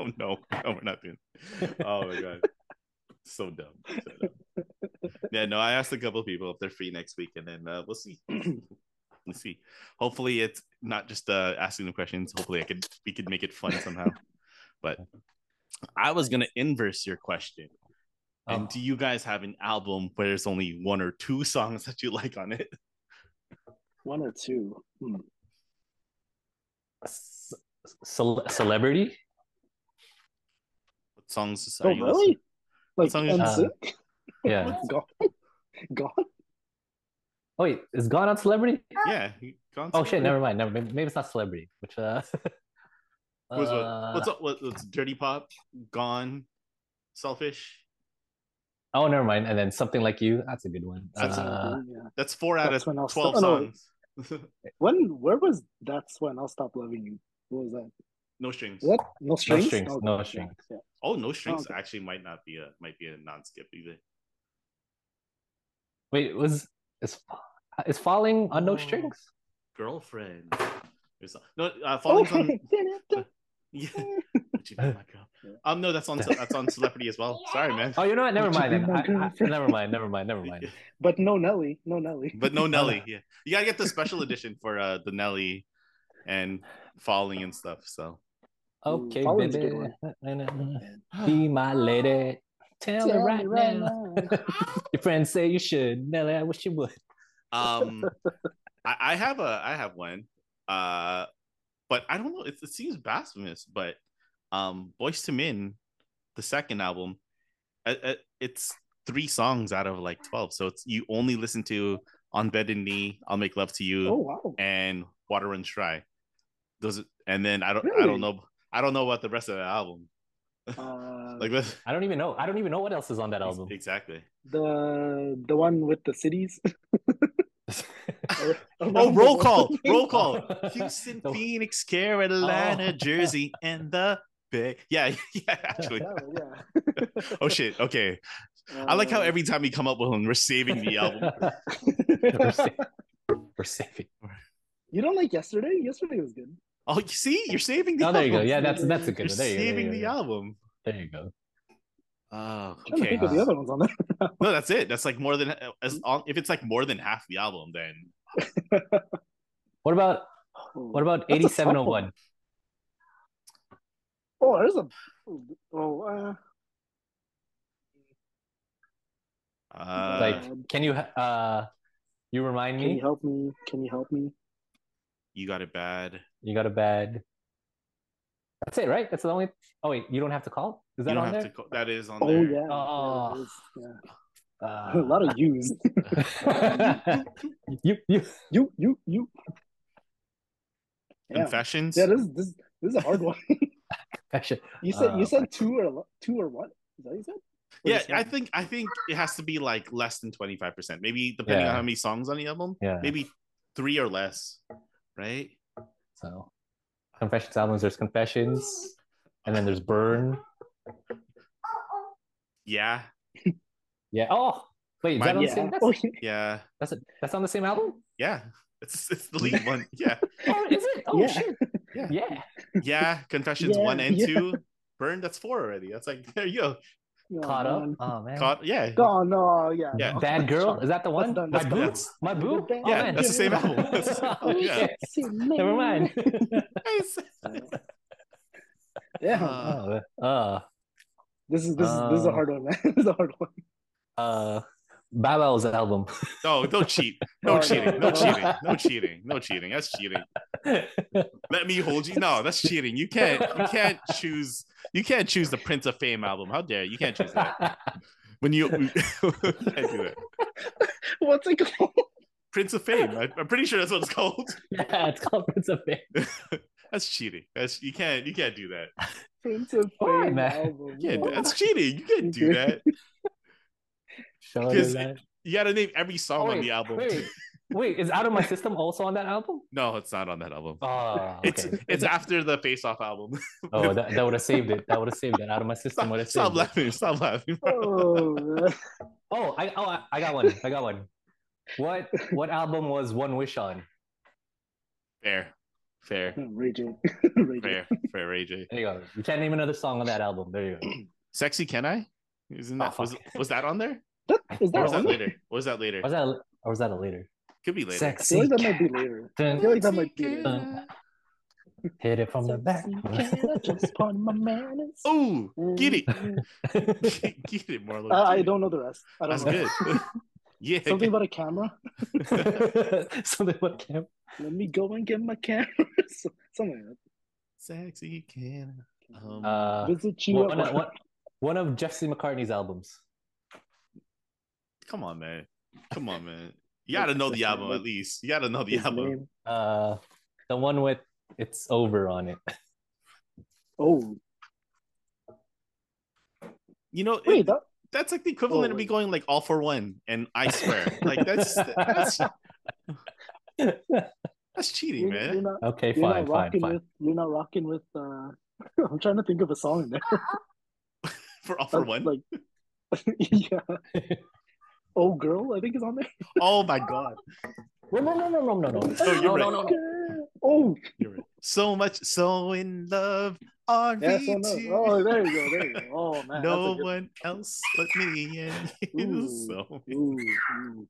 Speaker 1: oh no, no, we're not doing. Oh my god. so dumb. So dumb. yeah, no, I asked a couple people if they're free next week, and then uh, we'll see. [clears throat] we'll see. Hopefully, it's not just uh, asking them questions. Hopefully, I could we could make it fun somehow. but I was gonna inverse your question. And
Speaker 2: Oh.
Speaker 1: do you guys have an album where there's only one or two songs that you like on it?
Speaker 3: One or two. Hmm.
Speaker 2: Ce- ce- celebrity?
Speaker 1: What songs
Speaker 3: Oh,
Speaker 1: are you
Speaker 3: really? Like
Speaker 1: song is-
Speaker 3: and
Speaker 2: Uh,
Speaker 3: sick?
Speaker 2: Yeah.
Speaker 3: [laughs] God, God.
Speaker 2: Oh wait, is Gone on Celebrity?
Speaker 1: Yeah. you- go on,
Speaker 2: Oh
Speaker 1: say
Speaker 2: shit,
Speaker 1: it.
Speaker 2: never mind. Never, maybe, maybe it's not Celebrity. Which
Speaker 1: [laughs]
Speaker 2: uh,
Speaker 1: What's, what,
Speaker 2: uh,
Speaker 1: what's up? What, what's Dirty Pop? Gone? Selfish?
Speaker 2: oh never mind. And then something like you. That's a good one.
Speaker 1: That's a-
Speaker 2: Uh,
Speaker 3: yeah.
Speaker 1: That's four out
Speaker 3: That's
Speaker 1: of
Speaker 3: when I'll
Speaker 1: 12
Speaker 3: stop- oh, no.
Speaker 1: songs.
Speaker 3: When? Where was that's when I'll stop loving you? What was that?
Speaker 1: no strings.
Speaker 3: What? No strings.
Speaker 2: strings,
Speaker 3: Oh,
Speaker 2: no
Speaker 3: yeah,
Speaker 2: strings.
Speaker 3: yeah.
Speaker 1: Oh, no strings
Speaker 3: okay.
Speaker 1: actually might not be a might be a non-skip either.
Speaker 2: wait, was is is falling on no strings?
Speaker 1: Girlfriend. Or so- No, uh, falling on.
Speaker 3: Okay.
Speaker 1: [laughs]
Speaker 3: [laughs]
Speaker 1: Yeah. Would you be my girl? Um, no, that's on that's on Celebrity as well. Sorry, man.
Speaker 2: Oh, you know what? Never
Speaker 3: Would you
Speaker 2: mind.
Speaker 3: be
Speaker 2: Then.
Speaker 3: my
Speaker 2: I, I,
Speaker 3: girlfriend?
Speaker 2: never mind. Never mind.
Speaker 1: [laughs]
Speaker 2: Never mind.
Speaker 3: but no Nelly. No Nelly.
Speaker 1: But
Speaker 3: [laughs]
Speaker 1: no
Speaker 2: [laughs]
Speaker 1: Nelly. Yeah, you gotta get the special edition for uh, the Nelly and falling and stuff. So
Speaker 2: Okay,
Speaker 3: Falling's a
Speaker 2: baby.
Speaker 3: good one.
Speaker 2: [laughs] Be my lady. Tell, her
Speaker 3: Tell me
Speaker 2: right, now. Your friends say you should. Nelly, I wish you would.
Speaker 1: um I, I have a i have one uh but i don't know it, it seems blasphemous but um boys to men the second album uh, uh, it's three songs out of like 12 so it's you only listen to on bed and knee i'll make love to you
Speaker 3: Oh
Speaker 2: [laughs]
Speaker 3: wow. and
Speaker 1: and water runs dry those are- and then i don't i
Speaker 3: Really?
Speaker 1: don't know i don't know about the rest of the album
Speaker 3: Uh,
Speaker 1: like [laughs] this
Speaker 2: I don't even know. I don't even know what else is on that album.
Speaker 1: exactly
Speaker 3: the the one with the cities.
Speaker 1: oh roll [laughs]
Speaker 2: [laughs]
Speaker 1: call roll call Houston,
Speaker 2: The- Oh.
Speaker 1: Phoenix, Carolina, Jersey, and the Bay. Yeah, [laughs] yeah, actually.
Speaker 3: Yeah,
Speaker 1: [laughs]
Speaker 3: yeah.
Speaker 1: Oh shit. Okay. I like how
Speaker 3: Uh,
Speaker 1: every time we come up with one, we're saving the
Speaker 2: [laughs]
Speaker 1: album.
Speaker 2: we're, saving, we're saving.
Speaker 3: [laughs] you don't like yesterday? Yesterday was good.
Speaker 1: Oh, you see, you're saving the
Speaker 2: Oh, there
Speaker 1: album.
Speaker 2: you go. Yeah, that's that's a
Speaker 1: You're
Speaker 2: good one. There you go.
Speaker 1: saving
Speaker 2: There you
Speaker 1: the
Speaker 2: go.
Speaker 1: album.
Speaker 2: There you go.
Speaker 1: Oh,
Speaker 3: I'm trying
Speaker 1: okay.
Speaker 3: to think of the other ones on
Speaker 1: [laughs]
Speaker 3: there.
Speaker 1: No, that's it. That's like more than
Speaker 2: Hmm?
Speaker 1: as on, if it's like more than half the album, then
Speaker 2: What about what about
Speaker 3: That's a tough
Speaker 2: eighty-seven oh one?
Speaker 3: Oh, there's a. Oh, uh,
Speaker 1: uh,
Speaker 2: Like,
Speaker 3: God.
Speaker 2: can you uh, you remind
Speaker 3: can you
Speaker 2: me?
Speaker 3: help me? Can you help me?
Speaker 1: you got it bad.
Speaker 2: You got a bad. That's it, right? That's the only. Oh wait, you don't have to call. Is
Speaker 1: you
Speaker 2: that
Speaker 1: don't
Speaker 2: on
Speaker 1: have
Speaker 2: there?
Speaker 1: to. Call, that is on
Speaker 3: Oh
Speaker 1: there.
Speaker 3: yeah.
Speaker 2: Oh.
Speaker 3: yeah, it is, yeah.
Speaker 2: Uh,
Speaker 3: a lot of yous.
Speaker 2: you you
Speaker 3: you, you, you. Yeah,
Speaker 1: Confessions.
Speaker 3: yeah. This, this, this is a hard one. [laughs]
Speaker 2: actually,
Speaker 3: You said you
Speaker 2: Uh,
Speaker 3: said two or lo- two or what? Is that what you said? Or
Speaker 1: yeah,
Speaker 3: just
Speaker 1: I
Speaker 3: one?
Speaker 1: think I think it has to be like less than twenty five percent. Maybe depending on
Speaker 2: Yeah.
Speaker 1: how many songs on the album,
Speaker 2: yeah.
Speaker 1: maybe three or less, right?
Speaker 2: So, confessions albums. There's confessions, and then there's burn.
Speaker 1: Yeah,
Speaker 2: Yeah. Oh, wait. Is that on
Speaker 1: Mine-
Speaker 2: the same?
Speaker 3: yeah.
Speaker 2: That's,
Speaker 3: Oh, [laughs] yeah.
Speaker 1: yeah,
Speaker 2: that's, a- that's on the same album.
Speaker 1: yeah. It's it's the lead one. [laughs] Yeah,
Speaker 2: Oh, is it? Oh
Speaker 3: Yeah.
Speaker 2: shit.
Speaker 1: [laughs] Yeah.
Speaker 2: Yeah.
Speaker 1: yeah. Confessions
Speaker 3: Yeah,
Speaker 1: one and
Speaker 3: yeah.
Speaker 1: two. Burn. That's four already. That's like there you go.
Speaker 3: Oh,
Speaker 2: Caught up.
Speaker 3: man.
Speaker 2: Oh man.
Speaker 1: Caught. Yeah.
Speaker 3: Oh no, yeah.
Speaker 1: Yeah.
Speaker 3: no. [laughs]
Speaker 2: Bad girl. Is that the one?
Speaker 3: done.
Speaker 2: My
Speaker 1: That's-
Speaker 2: boo.
Speaker 1: that's-
Speaker 2: My boo.
Speaker 3: Yeah,
Speaker 2: Oh, man.
Speaker 1: that's the same
Speaker 2: [laughs]
Speaker 1: album. That's
Speaker 3: [laughs]
Speaker 1: the same
Speaker 2: oh,
Speaker 1: album, yeah.
Speaker 2: shit.
Speaker 3: See, man.
Speaker 2: Never mind.
Speaker 1: [laughs]
Speaker 3: Yeah,
Speaker 1: Uh,
Speaker 2: oh, uh,
Speaker 3: this is this is this is a
Speaker 2: uh,
Speaker 3: hard one, man. [laughs] this is a hard one.
Speaker 2: uh, Babel's album.
Speaker 1: No, don't cheat. No
Speaker 3: Oh, no,
Speaker 1: cheating. No
Speaker 3: no.
Speaker 1: cheating. No cheating. No cheating. That's cheating. Let me hold you. No, that's cheating. You can't. You can't choose. You can't choose the Prince of Fame album. How dare you? You can't choose that. When you, [laughs] you can't do that.
Speaker 3: What's it called?
Speaker 1: Prince of Fame. I, I'm pretty sure that's what it's called.
Speaker 2: [laughs] yeah, it's called Prince of Fame.
Speaker 1: That's cheating. That's you can't. You can't do that.
Speaker 3: Prince of
Speaker 2: Why,
Speaker 3: Fame
Speaker 2: man?
Speaker 3: album.
Speaker 1: Yeah,
Speaker 3: Why?
Speaker 1: that's cheating. You can't do that.
Speaker 2: Shoulder
Speaker 1: Because-
Speaker 2: line.
Speaker 1: You gotta name every song
Speaker 2: Oh,
Speaker 1: on the album.
Speaker 2: Wait, wait, is Out of My System also on that album?
Speaker 1: No, it's not on that album.
Speaker 2: Oh, okay.
Speaker 1: It's it's after the Face Off [laughs] album.
Speaker 2: oh, that, that would have saved it. That would have saved it. Out of My System would
Speaker 1: stop,
Speaker 2: have
Speaker 1: stop
Speaker 2: saved it.
Speaker 1: laughing. Stop laughing.
Speaker 3: [laughs] Oh, man. [laughs]
Speaker 2: Oh, I oh I- I got one. I got one. What what album was One Wish on?
Speaker 1: Fair, [laughs] fair,
Speaker 3: Ray [laughs] J. Ray J.
Speaker 1: fair, fair. AJ.
Speaker 2: There you go. You can't name another song on that album. There you go.
Speaker 1: Sexy, can I? Isn't that
Speaker 2: Oh,
Speaker 1: was,
Speaker 2: fuck.
Speaker 1: was that on there?
Speaker 3: That, is
Speaker 1: Or
Speaker 3: that
Speaker 1: was that
Speaker 3: on there?
Speaker 1: later? Or was that later?
Speaker 2: Was that a- or was that a later?
Speaker 1: Could be later.
Speaker 3: I feel
Speaker 2: Sexy.
Speaker 3: like that might be later.
Speaker 2: Dun,
Speaker 3: I feel like that might be later.
Speaker 2: dun. Hit it from the back. [laughs]
Speaker 3: Just part of my manners.
Speaker 1: Oh, get it, [laughs] get it, Marlo.
Speaker 3: Mm. [laughs] I, I
Speaker 1: get it.
Speaker 3: don't know the rest. I
Speaker 1: That's
Speaker 3: don't know.
Speaker 1: good.
Speaker 3: [laughs]
Speaker 1: [laughs] yeah.
Speaker 3: Something about a camera.
Speaker 2: Something about camp.
Speaker 3: Let me go and get my camera. [laughs] Something like
Speaker 1: [laughs] Sexy can.
Speaker 3: that.
Speaker 1: Um,
Speaker 2: Uh,
Speaker 3: Visit you
Speaker 2: one,
Speaker 3: at
Speaker 2: one, one of Jesse McCartney's albums.
Speaker 1: come on, man. Come on, man. You gotta know the album at least. You gotta know the
Speaker 3: his
Speaker 1: album.
Speaker 3: name.
Speaker 2: Uh, the one with "It's Over" on it.
Speaker 3: Oh,
Speaker 1: You know,
Speaker 3: wait,
Speaker 1: it-
Speaker 3: that,
Speaker 1: that's like the equivalent of me
Speaker 3: wait.
Speaker 1: going like all for one, and I swear, like that's
Speaker 3: [laughs]
Speaker 1: that's that's cheating,
Speaker 3: you're, you're
Speaker 1: man.
Speaker 3: not,
Speaker 2: okay,
Speaker 3: you're
Speaker 2: fine, fine,
Speaker 3: not rocking
Speaker 2: fine.
Speaker 3: with. You're not rocking with. Uh, [laughs] I'm trying to think of a song in there.
Speaker 1: For all [laughs] for
Speaker 3: That's
Speaker 1: one.
Speaker 3: Like, [laughs] yeah.
Speaker 2: [laughs]
Speaker 3: Oh, girl, I think is on there.
Speaker 1: Oh my god.
Speaker 2: No, no, no, no, no, no, no.
Speaker 1: Oh, you're
Speaker 2: no,
Speaker 1: right.
Speaker 2: no, no, no.
Speaker 3: Girl. Oh,
Speaker 1: You're right. So much, so in love are
Speaker 3: yeah,
Speaker 1: we
Speaker 3: so no.
Speaker 1: two.
Speaker 3: Oh, there you go. There
Speaker 1: [laughs]
Speaker 3: you go. Oh man,
Speaker 1: no
Speaker 3: that's
Speaker 1: one else but me and you.
Speaker 3: Ooh.
Speaker 1: So
Speaker 3: a good... ooh, ooh.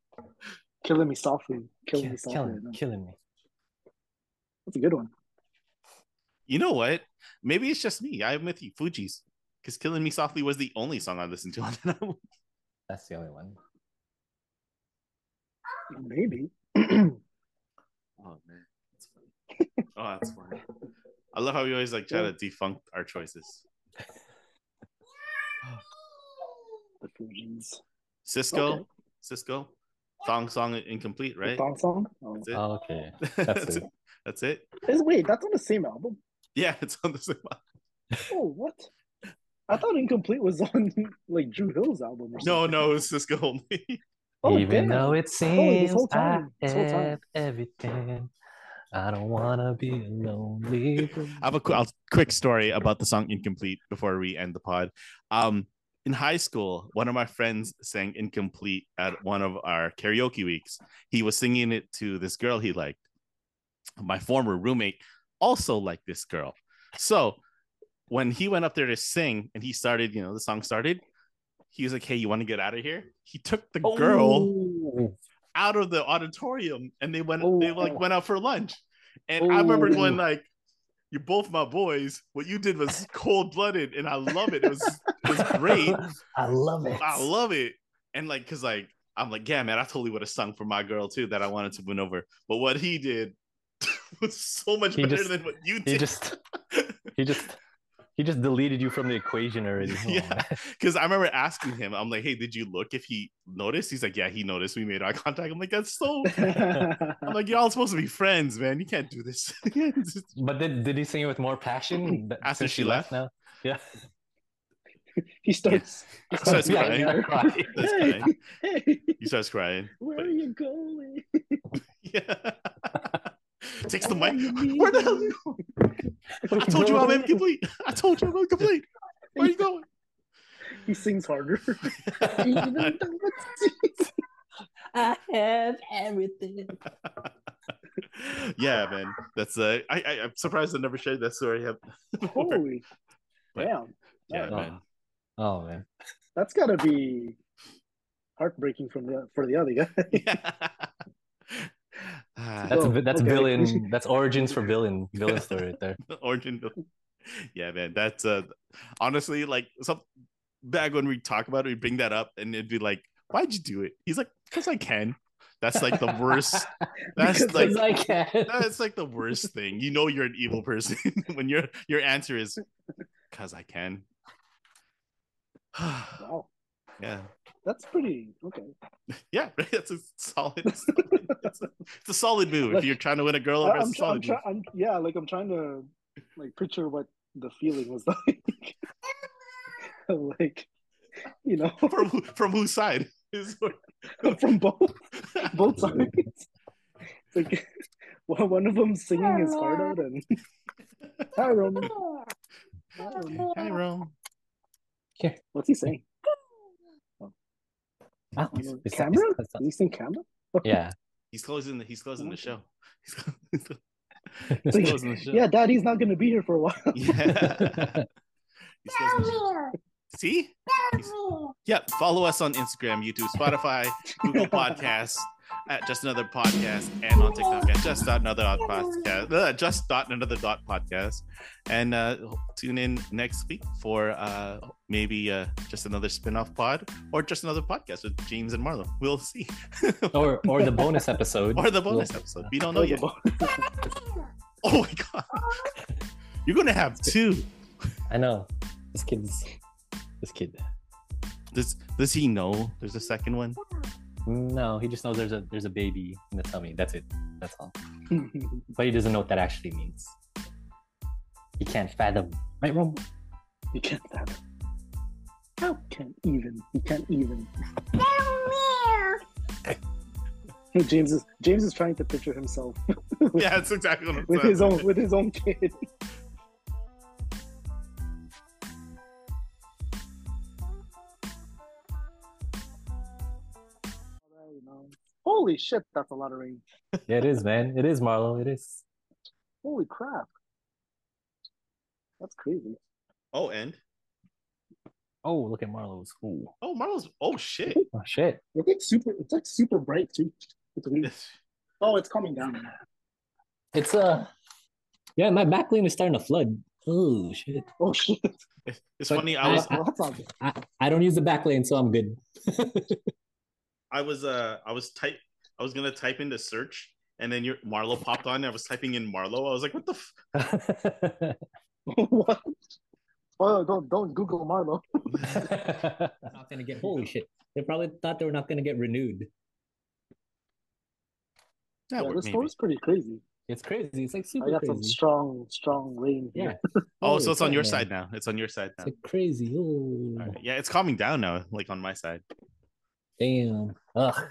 Speaker 3: killing me softly, killing
Speaker 2: Kill-
Speaker 3: me softly.
Speaker 2: killing,
Speaker 3: man.
Speaker 2: killing me.
Speaker 3: That's a good one.
Speaker 1: you know what? Maybe it's just me. I'm with you, Fuji's, because "Killing Me Softly" was the only song I listened to on that [laughs] album.
Speaker 2: That's the only one.
Speaker 3: Maybe. [clears throat] yeah,
Speaker 1: Oh man, that's funny. oh, that's funny. I love how we always like try to defunct our choices.
Speaker 3: the Fuji's
Speaker 1: Cisco,
Speaker 3: Okay.
Speaker 1: Cisco, thong song incomplete,
Speaker 3: the
Speaker 1: right?
Speaker 3: thong song. Oh.
Speaker 1: That's [laughs] it.
Speaker 2: Okay.
Speaker 1: that's,
Speaker 2: That's
Speaker 1: it.
Speaker 2: it.
Speaker 1: That's it.
Speaker 3: Is, wait, that's on the same album.
Speaker 1: Yeah, it's on the same. [laughs] album.
Speaker 3: Oh, what? I thought Incomplete was on [laughs] like Drew Hill's album. Or
Speaker 1: No,
Speaker 3: something.
Speaker 1: no, it's Cisco only.
Speaker 3: Oh,
Speaker 2: Even
Speaker 3: damn.
Speaker 2: though it
Speaker 3: Oh, this
Speaker 2: seems
Speaker 3: whole
Speaker 2: I
Speaker 3: time, this whole time.
Speaker 2: have everything, I don't wanna be
Speaker 1: [laughs]
Speaker 2: a lonely.
Speaker 1: I have a, qu- a quick story about the song "Incomplete" before we end the pod. Um, in high school, one of my friends sang "Incomplete" at one of our karaoke weeks. He was singing it to this girl he liked. My former roommate also liked this girl, so when he went up there to sing and he started, you know, the song started. He was like, "Hey, you want to get out of here?" He took the girl
Speaker 2: Oh.
Speaker 1: out of the auditorium and they went they like
Speaker 3: Oh.
Speaker 1: went out for lunch. And I remember
Speaker 2: Oh.
Speaker 1: going like, You're both my boys. What you did was cold blooded and I love it. It was it was great.
Speaker 2: [laughs] I love it. [laughs]
Speaker 1: I love it. And like cause like I'm like, yeah, man, I totally would have sung for my girl too that I wanted to win over. But what he did [laughs] was so much
Speaker 2: He
Speaker 1: better
Speaker 2: just-
Speaker 1: than what you
Speaker 2: he
Speaker 1: did. [laughs]
Speaker 2: just he just he just deleted you from the equation already. Oh,
Speaker 1: Yeah.
Speaker 2: man.
Speaker 1: Because I remember asking him, I'm like, hey, did you look if he noticed? He's like, yeah, he noticed. We made eye contact. I'm like, that's so. I'm like, y'all supposed to be friends, man. You can't do this.
Speaker 2: [laughs]
Speaker 1: [laughs]
Speaker 2: But did, did he sing it with more passion that-
Speaker 1: After
Speaker 2: since
Speaker 1: she left?
Speaker 2: now? Yeah.
Speaker 3: [laughs]
Speaker 1: [laughs]
Speaker 3: he starts.
Speaker 1: He starts
Speaker 2: Yeah,
Speaker 1: crying.
Speaker 2: yeah, right.
Speaker 1: He starts
Speaker 3: Hey,
Speaker 1: crying.
Speaker 3: hey,
Speaker 1: He starts crying.
Speaker 3: where are you going?
Speaker 1: Yeah. [laughs] Takes the mic. [laughs] Where the hell? you going? [laughs] I told you
Speaker 2: [laughs]
Speaker 1: I'm incomplete. I told you I'm incomplete. Where are you going?
Speaker 3: He sings harder.
Speaker 1: [laughs]
Speaker 3: Even though it's-
Speaker 2: I have everything.
Speaker 1: [laughs] yeah, man. That's uh, I, I I'm surprised I never shared that story. Yeah,
Speaker 3: Holy
Speaker 1: But-
Speaker 3: damn!
Speaker 1: yeah
Speaker 2: Oh.
Speaker 1: man.
Speaker 2: Oh man.
Speaker 3: That's gotta be heartbreaking from the for the other guy.
Speaker 1: Yeah. [laughs] Ah,
Speaker 2: That's
Speaker 3: Oh,
Speaker 2: vi- that's
Speaker 3: okay.
Speaker 1: [laughs]
Speaker 2: villain. That's origins for villain. Villain story right there.
Speaker 1: origin. [laughs] Yeah, man. That's uh, honestly like some back when we talk about it, we bring that up, and it'd be like, "Why'd you do it?" He's like, "Cause I can." That's like the [laughs] worst. That's
Speaker 3: Because
Speaker 1: like
Speaker 2: [laughs] Because I
Speaker 1: [laughs]
Speaker 2: can.
Speaker 1: that's like the worst thing. You know you're an evil person [laughs] when your your answer is, "Cause I can."
Speaker 3: [laughs]
Speaker 1: [sighs]
Speaker 3: Wow,
Speaker 1: yeah,
Speaker 3: that's pretty okay.
Speaker 1: yeah. [laughs] Right? That's a solid. solid-
Speaker 3: [laughs]
Speaker 1: it's, a, it's a solid move. If you're trying to win a girl over, it's
Speaker 3: I- I'm,
Speaker 1: a
Speaker 3: try- I'm,
Speaker 1: solid move.
Speaker 3: try- I'm yeah, like I'm trying to like picture what the feeling was [laughs] like. like, you know, [laughs]
Speaker 1: From who- from whose side? [laughs] Is
Speaker 3: from both
Speaker 1: [laughs]
Speaker 3: [laughs] both sides. It's like [laughs] one one of them singing his heart out and [laughs] hi Roman. Hi, Roman.
Speaker 1: Hi, Rome.
Speaker 3: What's he saying?
Speaker 2: Oh,
Speaker 3: I don't know.
Speaker 2: it's-
Speaker 3: camera?
Speaker 2: it's-
Speaker 3: Is he saying camera?
Speaker 2: yeah.
Speaker 1: He's closing the he's closing the show. He's clo- [laughs]
Speaker 2: [laughs]
Speaker 3: It's
Speaker 1: he's
Speaker 3: like,
Speaker 1: closing the show.
Speaker 3: [laughs] yeah, Daddy's not gonna be here for a while.
Speaker 1: Yeah. He's closing the show. See? Yep. Follow us on Instagram, YouTube, Spotify, Google
Speaker 3: [laughs]
Speaker 1: Podcasts, at Just Another Podcast, and on TikTok at Just Another Dot Podcast, uh, Just Dot Another Dot Podcast, and uh, tune in next week for uh, maybe uh, just another spin-off pod or just another podcast with James and Marlon. We'll see.
Speaker 2: [laughs] or or the bonus episode.
Speaker 1: Or the bonus episode. We don't know yet. Oh my god, you're gonna have two.
Speaker 2: I know. This kid's this kid.
Speaker 1: Does Does he know there's a second one?
Speaker 2: No, he just knows there's a there's a baby in the tummy. That's it. That's all. But he doesn't know what that actually means. He can't fathom. Right, Rome?
Speaker 3: [laughs] you can't fathom. How can't even? You can't even. [laughs] James is James is trying to picture himself
Speaker 1: Yeah, that's exactly what I'm
Speaker 3: with
Speaker 1: saying.
Speaker 3: his own with his own kid. Holy shit, that's a lot of rain.
Speaker 2: Yeah, it is, man. It is, Marlo. It is.
Speaker 3: Holy crap. That's crazy.
Speaker 1: Oh, and
Speaker 2: Oh, look at Marlo's. Ooh.
Speaker 1: oh, Marlo's. Oh shit.
Speaker 2: Oh shit.
Speaker 3: It's like super it's like super bright too.
Speaker 1: [laughs]
Speaker 3: It's weird. Oh, it's coming down.
Speaker 2: It's uh yeah, my back lane is starting to flood. Oh shit.
Speaker 3: Oh shit.
Speaker 1: It's
Speaker 2: But
Speaker 1: funny. I was
Speaker 3: Well, [laughs] that's not good.
Speaker 2: I, I don't use the back lane, so I'm good.
Speaker 1: I was uh I was type I was gonna type into search and then your Marlo popped on. I was typing in Marlo. I was like, what the? F-?
Speaker 2: [laughs]
Speaker 3: what? Oh, don't don't Google Marlo.
Speaker 2: not gonna get [laughs] holy shit. They probably thought they were not gonna get renewed.
Speaker 1: That
Speaker 3: yeah,
Speaker 1: worked,
Speaker 3: this
Speaker 1: maybe.
Speaker 3: story's pretty crazy.
Speaker 2: It's crazy. It's like
Speaker 3: I
Speaker 2: super
Speaker 3: got some
Speaker 2: crazy.
Speaker 3: strong, strong rain
Speaker 2: Yeah.
Speaker 3: here.
Speaker 1: Oh,
Speaker 2: Holy
Speaker 1: so it's on
Speaker 2: shit,
Speaker 1: your
Speaker 2: man.
Speaker 1: side now. It's on your side now.
Speaker 2: It's like crazy. Oh
Speaker 1: All right. Yeah, it's calming down now. Like on my side.
Speaker 2: damn. Ugh.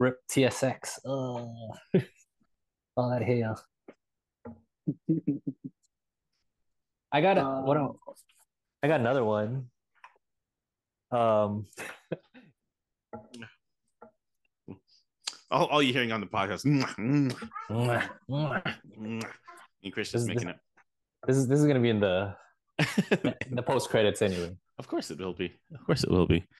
Speaker 2: Rip TSX. Ugh. All that hail. I got a, what
Speaker 3: Um,
Speaker 2: else? I got another one. Um,
Speaker 1: All, all you're hearing on the podcast. And
Speaker 2: this
Speaker 1: Christian's
Speaker 2: This-
Speaker 1: making
Speaker 2: is this is gonna be in the
Speaker 1: it. [laughs]
Speaker 2: in the post credits anyway.
Speaker 1: of course it will be. Of course it will be.